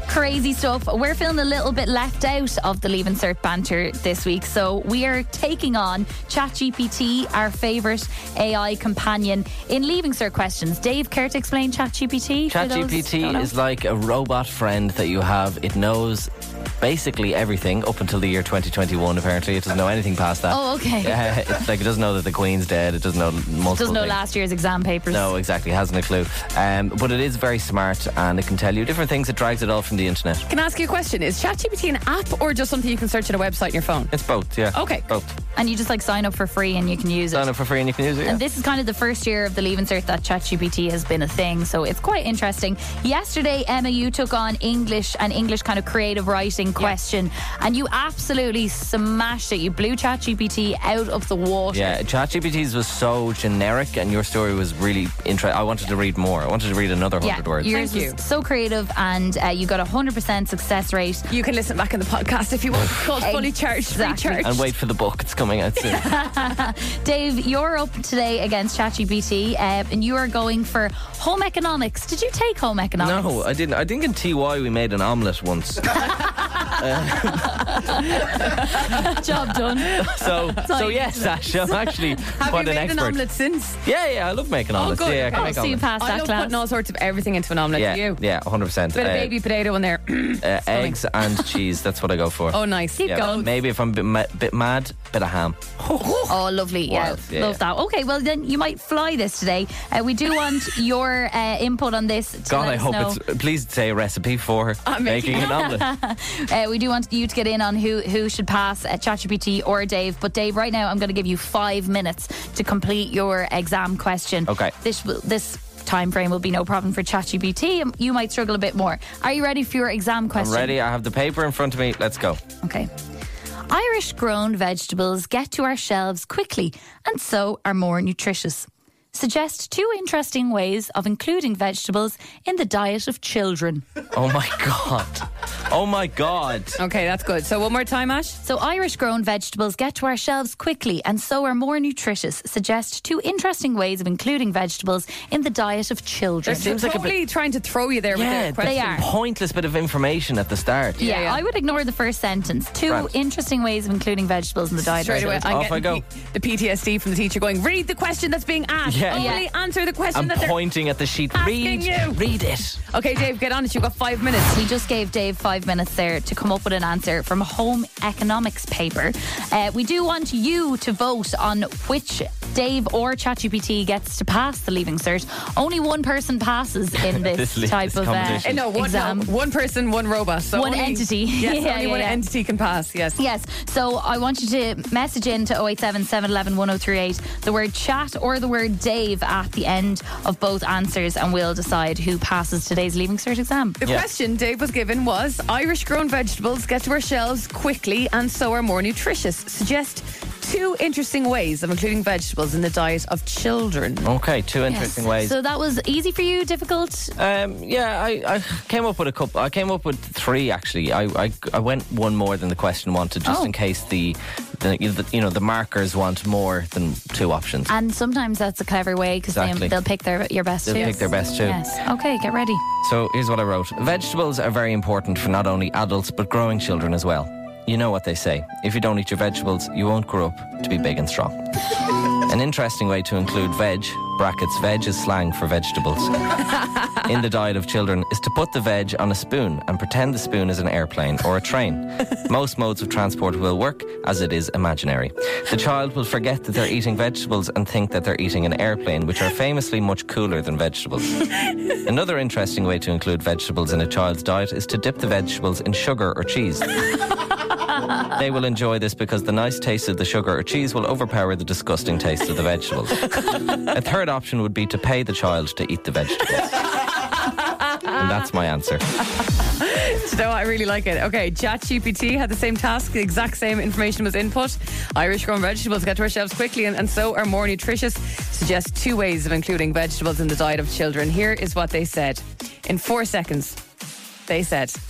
Speaker 5: Crazy stuff. We're feeling a little bit left out of the Leave Insert banter this week. So we are taking on ChatGPT, our favourite AI companion in Leaving Cert questions. Dave, care to explain ChatGPT? for those who don't know?
Speaker 4: ChatGPT is like a robot friend that you have. It knows basically everything up until the year 2021. Apparently, it doesn't know anything past that.
Speaker 5: Oh, okay.
Speaker 4: Yeah, it's like it doesn't know that the Queen's dead. It doesn't know multiple.
Speaker 5: Doesn't know
Speaker 4: things.
Speaker 5: last year's exam papers.
Speaker 4: No, exactly. Hasn't a clue. Um, but it is very smart and it can tell you different things. It drags it all from the internet.
Speaker 3: Can I ask you a question? Is ChatGPT an app or just something you can search on a website on your phone?
Speaker 4: It's both, yeah.
Speaker 3: Okay.
Speaker 4: Both.
Speaker 5: And you just like sign up for free and you can use it.
Speaker 4: Sign up for free and you can use it. Yeah.
Speaker 5: And this is kind of the first year of the Leave Insert that ChatGPT has been a thing, so it's quite interesting. Yesterday, Emma, you took on English and English kind of creative writing question, and you absolutely smashed it. You blew ChatGPT out of the water.
Speaker 4: Yeah, ChatGPT's was so generic, and your story was really interesting. I wanted to read more. I wanted to read another hundred words.
Speaker 5: yours was so creative, and uh, you got a hundred percent success rate.
Speaker 3: You can listen back in the podcast if you want. It's called Fully Charged, Recharged.
Speaker 4: And wait for the book. It's coming out soon.
Speaker 5: Dave, you're up today against ChatGPT, uh, and you are going for home economics. Did you take home economics?
Speaker 4: No, I didn't. I think in TY we made an omelette once.
Speaker 5: Job done.
Speaker 4: So, so
Speaker 5: Sorry.
Speaker 4: yes, Ash, I'm actually
Speaker 3: Have
Speaker 4: quite
Speaker 3: you
Speaker 4: an
Speaker 3: made
Speaker 4: expert.
Speaker 3: an omelette since?
Speaker 4: Yeah, yeah, I love making
Speaker 3: Oh,
Speaker 4: omelettes.
Speaker 3: good.
Speaker 4: yeah, I can
Speaker 3: Oh,
Speaker 4: make
Speaker 3: so you
Speaker 4: omelettes.
Speaker 3: I love putting all sorts of everything into an omelette.
Speaker 4: yeah,
Speaker 3: You.
Speaker 4: yeah, 100%.
Speaker 3: Bit
Speaker 4: Uh,
Speaker 3: of baby potato in there.
Speaker 4: uh, eggs and cheese. That's what I go for.
Speaker 3: Oh, nice. Keep
Speaker 4: Yeah,
Speaker 3: going.
Speaker 4: Maybe if I'm a bit, ma- bit mad, bit of ham.
Speaker 5: Oh, lovely. Yeah,
Speaker 4: Wild, yeah.
Speaker 5: love that. Okay, well, then you might fly this today. Uh, we do want your uh, input on this. to
Speaker 4: God,
Speaker 5: let
Speaker 4: I
Speaker 5: us
Speaker 4: hope
Speaker 5: know.
Speaker 4: it's. uh, Please say a recipe for
Speaker 5: I'm
Speaker 4: making, an omelette.
Speaker 5: uh, we do want you to get in on who who should pass at ChatGPT or Dave. But Dave, right now, I'm going to give you five minutes to complete your exam question.
Speaker 4: Okay.
Speaker 5: This will this time frame will be no problem for ChatGPT. and You might struggle a bit more. Are you ready for your exam
Speaker 4: I'm
Speaker 5: question?
Speaker 4: ready. I have the paper in front of me. Let's go.
Speaker 5: Okay. Irish grown vegetables get to our shelves quickly and so are more nutritious. Suggest two interesting ways of including vegetables in the diet of children.
Speaker 4: Oh my god. Oh my god.
Speaker 3: Okay, that's good. So one more time, Ash.
Speaker 5: So, Irish grown vegetables get to our shelves quickly and so are more nutritious. Suggest two interesting ways of including vegetables in the diet of
Speaker 3: They're
Speaker 5: children.
Speaker 3: totally trying to throw you there
Speaker 4: Yeah,
Speaker 3: with their
Speaker 5: they
Speaker 3: question.
Speaker 5: are.
Speaker 4: Pointless bit of information at the start.
Speaker 5: Yeah, I would ignore the first sentence. Two
Speaker 4: Right.
Speaker 5: interesting ways of including vegetables in the diet
Speaker 3: Straight
Speaker 5: of
Speaker 3: away,
Speaker 5: children.
Speaker 3: I'm
Speaker 4: Off
Speaker 3: getting
Speaker 4: I go.
Speaker 3: P- the PTSD from the teacher going, read the question that's being asked.
Speaker 4: Yeah.
Speaker 3: Only
Speaker 4: Yeah.
Speaker 3: answer the question
Speaker 4: I'm
Speaker 3: that they're
Speaker 4: pointing at the sheet.
Speaker 3: asking
Speaker 4: Read,
Speaker 3: you.
Speaker 4: read it.
Speaker 3: Okay, Dave, get on it. You've got five minutes.
Speaker 5: We just gave Dave five minutes there to come up with an answer from a home economics paper. Uh, we do want you to vote on which Dave or ChatGPT gets to pass the Leaving Cert. Only one person passes in this,
Speaker 4: This le-
Speaker 5: type
Speaker 4: this
Speaker 5: of uh,
Speaker 4: competition.
Speaker 3: Uh, no, one,
Speaker 5: exam.
Speaker 3: no, one person, one robot. So
Speaker 5: One
Speaker 3: only-
Speaker 5: entity.
Speaker 3: Yes,
Speaker 5: Yeah,
Speaker 3: only
Speaker 5: yeah,
Speaker 3: one
Speaker 5: yeah.
Speaker 3: entity can pass. Yes.
Speaker 5: Yes. So I want you to message in to 087 711 1038 the word chat or the word Dave at the end of both answers, and we'll decide who passes today's Leaving Cert exam.
Speaker 3: The question Dave was given was Irish grown vegetables get to our shelves quickly and so are more nutritious. Suggest two interesting ways of including vegetables in the diet of children.
Speaker 4: Okay, two interesting
Speaker 5: Yes.
Speaker 4: ways.
Speaker 5: So that was easy for you, difficult?
Speaker 4: Um, yeah, I, I came up with a couple. I came up with three actually. I, I, I went one more than the question wanted, just
Speaker 5: Oh.
Speaker 4: in case the, the you know, the you know the markers want more than two
Speaker 3: Ah,
Speaker 4: options.
Speaker 5: And sometimes that's a clever way because
Speaker 4: Exactly.
Speaker 5: they, they'll pick their your best.
Speaker 4: They'll
Speaker 5: too.
Speaker 4: pick their best too.
Speaker 5: Yes. Okay, get ready.
Speaker 4: So here's what I wrote Vegetables are very important for not only adults, but growing children as well. You know what they say if you don't eat your vegetables, you won't grow up to be big and strong. An interesting way to include veg, brackets, veg is slang for vegetables, in the diet of children is to put the veg on a spoon and pretend the spoon is an airplane or a train. Most modes of transport will work as it is imaginary. The child will forget that they're eating vegetables and think that they're eating an airplane, which are famously much cooler than vegetables. Another interesting way to include vegetables in a child's diet is to dip the vegetables in sugar or cheese. They will enjoy this because the nice taste of the sugar or cheese will overpower the disgusting taste of the vegetables. A third option would be to pay the child to eat the vegetables. And that's my answer.
Speaker 3: Do you know what? I really like it. Okay, ChatGPT had the same task. The exact same information was input. Irish grown vegetables get to our shelves quickly and, and so are more nutritious. Suggest two ways of including vegetables in the diet of children. Here is what they said. In four seconds, they said.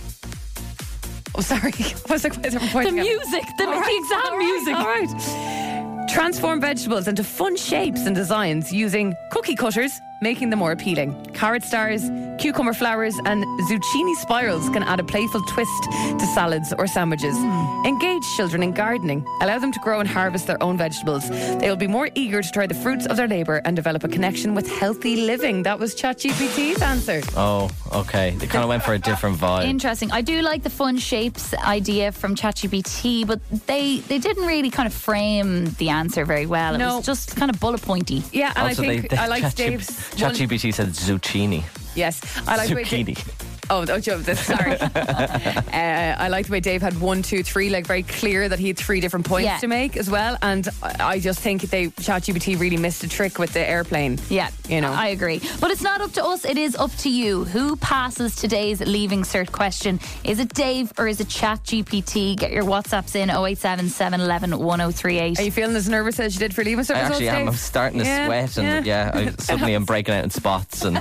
Speaker 3: Oh, sorry. What's the question?
Speaker 5: The music, the, the exam music.
Speaker 3: All right. Transform vegetables into fun shapes and designs using cookie cutters, making them more appealing. Carrot stars, cucumber flowers, and zucchini spirals can add a playful twist to salads or sandwiches. Engage children in gardening. Allow them to grow and harvest their own vegetables. They will be more eager to try the fruits of their labour and develop a connection with healthy living. That was ChatGPT's answer.
Speaker 4: Oh, okay. They kind of went for a different vibe.
Speaker 5: Interesting. I do like the fun shapes idea from ChatGPT, but they they didn't really kind of frame the answer very well. It
Speaker 3: No.
Speaker 5: was just kind of bullet pointy.
Speaker 3: Yeah, and
Speaker 4: Also,
Speaker 3: I think
Speaker 4: Oh, they- they-
Speaker 3: I like
Speaker 4: ChatGPT
Speaker 3: Dave's. one-
Speaker 4: ChatGPT said zucchini.
Speaker 3: Yes, I like the way Dave-
Speaker 4: zucchini.
Speaker 3: Oh, oh, Joe, that's- sorry. uh, I like the way Dave had one, two, three, like very clear that he had three different points
Speaker 5: Yeah.
Speaker 3: to make as well. And I I just think they ChatGPT really missed a trick with the airplane.
Speaker 5: Yeah,
Speaker 3: you know.
Speaker 5: I agree. But it's not up to us, it is up to you. Who passes today's leaving cert question? Is it Dave or is it ChatGPT? Get your WhatsApps in 0877 11 1038.
Speaker 3: Are you feeling as nervous as you did for leaving
Speaker 4: I
Speaker 3: service?
Speaker 4: actually am. I'm starting to sweat, and yeah, I, suddenly I'm breaking out in spots, and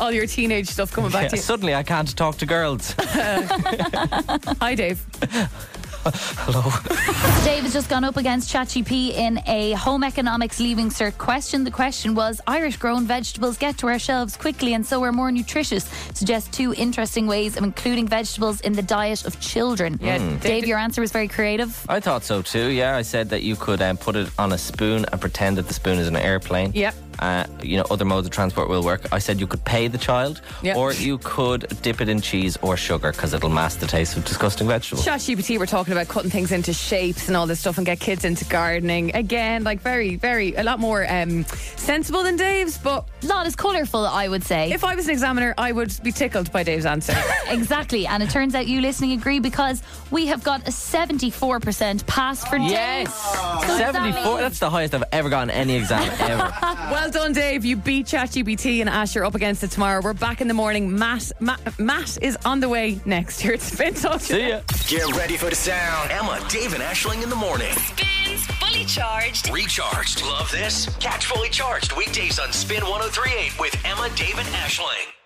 Speaker 3: all your teenage stuff coming back
Speaker 4: yeah,
Speaker 3: to you.
Speaker 4: suddenly I can't talk to girls.
Speaker 3: Uh, Hi, Dave.
Speaker 5: Dave has just gone up against ChatGPT in a home economics leaving cert question. The question was Irish grown vegetables get to our shelves quickly and so are more nutritious. Suggest two interesting ways of including vegetables in the diet of children.
Speaker 4: Yeah, Mm.
Speaker 5: Dave, your answer was very creative.
Speaker 4: I thought so too. Yeah, I said that you could um, put it on a spoon and pretend that the spoon is an airplane.
Speaker 5: Yep.
Speaker 4: Uh, you know, other modes of transport will work. I said you could pay the child,
Speaker 3: Yep.
Speaker 4: or you could dip it in cheese or sugar because it'll mask the taste of disgusting vegetables.
Speaker 3: ChatGPT were talking about cutting things into shapes and all this stuff and get kids into gardening. Again, like very, very, a lot more um, sensible than Dave's, but.
Speaker 5: Not as colourful, I would say.
Speaker 3: If I was an examiner, I would be tickled by Dave's answer.
Speaker 5: Exactly. And it turns out you listening agree because we have got a 74% pass for Dave.
Speaker 4: Yes.
Speaker 5: So that
Speaker 4: 74.
Speaker 5: means-
Speaker 4: That's the highest I've ever gotten any exam ever.
Speaker 3: well done, Dave. You beat ChatGPT and Ash. You're up against it tomorrow. We're back in the morning. Matt, Matt, Matt is on the way next year. It's been so
Speaker 1: Get ready for the sound. Emma, Dave, and Ashling in the morning.
Speaker 7: Spins fully charged.
Speaker 1: Recharged. Love this? Catch fully charged weekdays on Spin 1038 with Emma, Dave, oh and Ashling.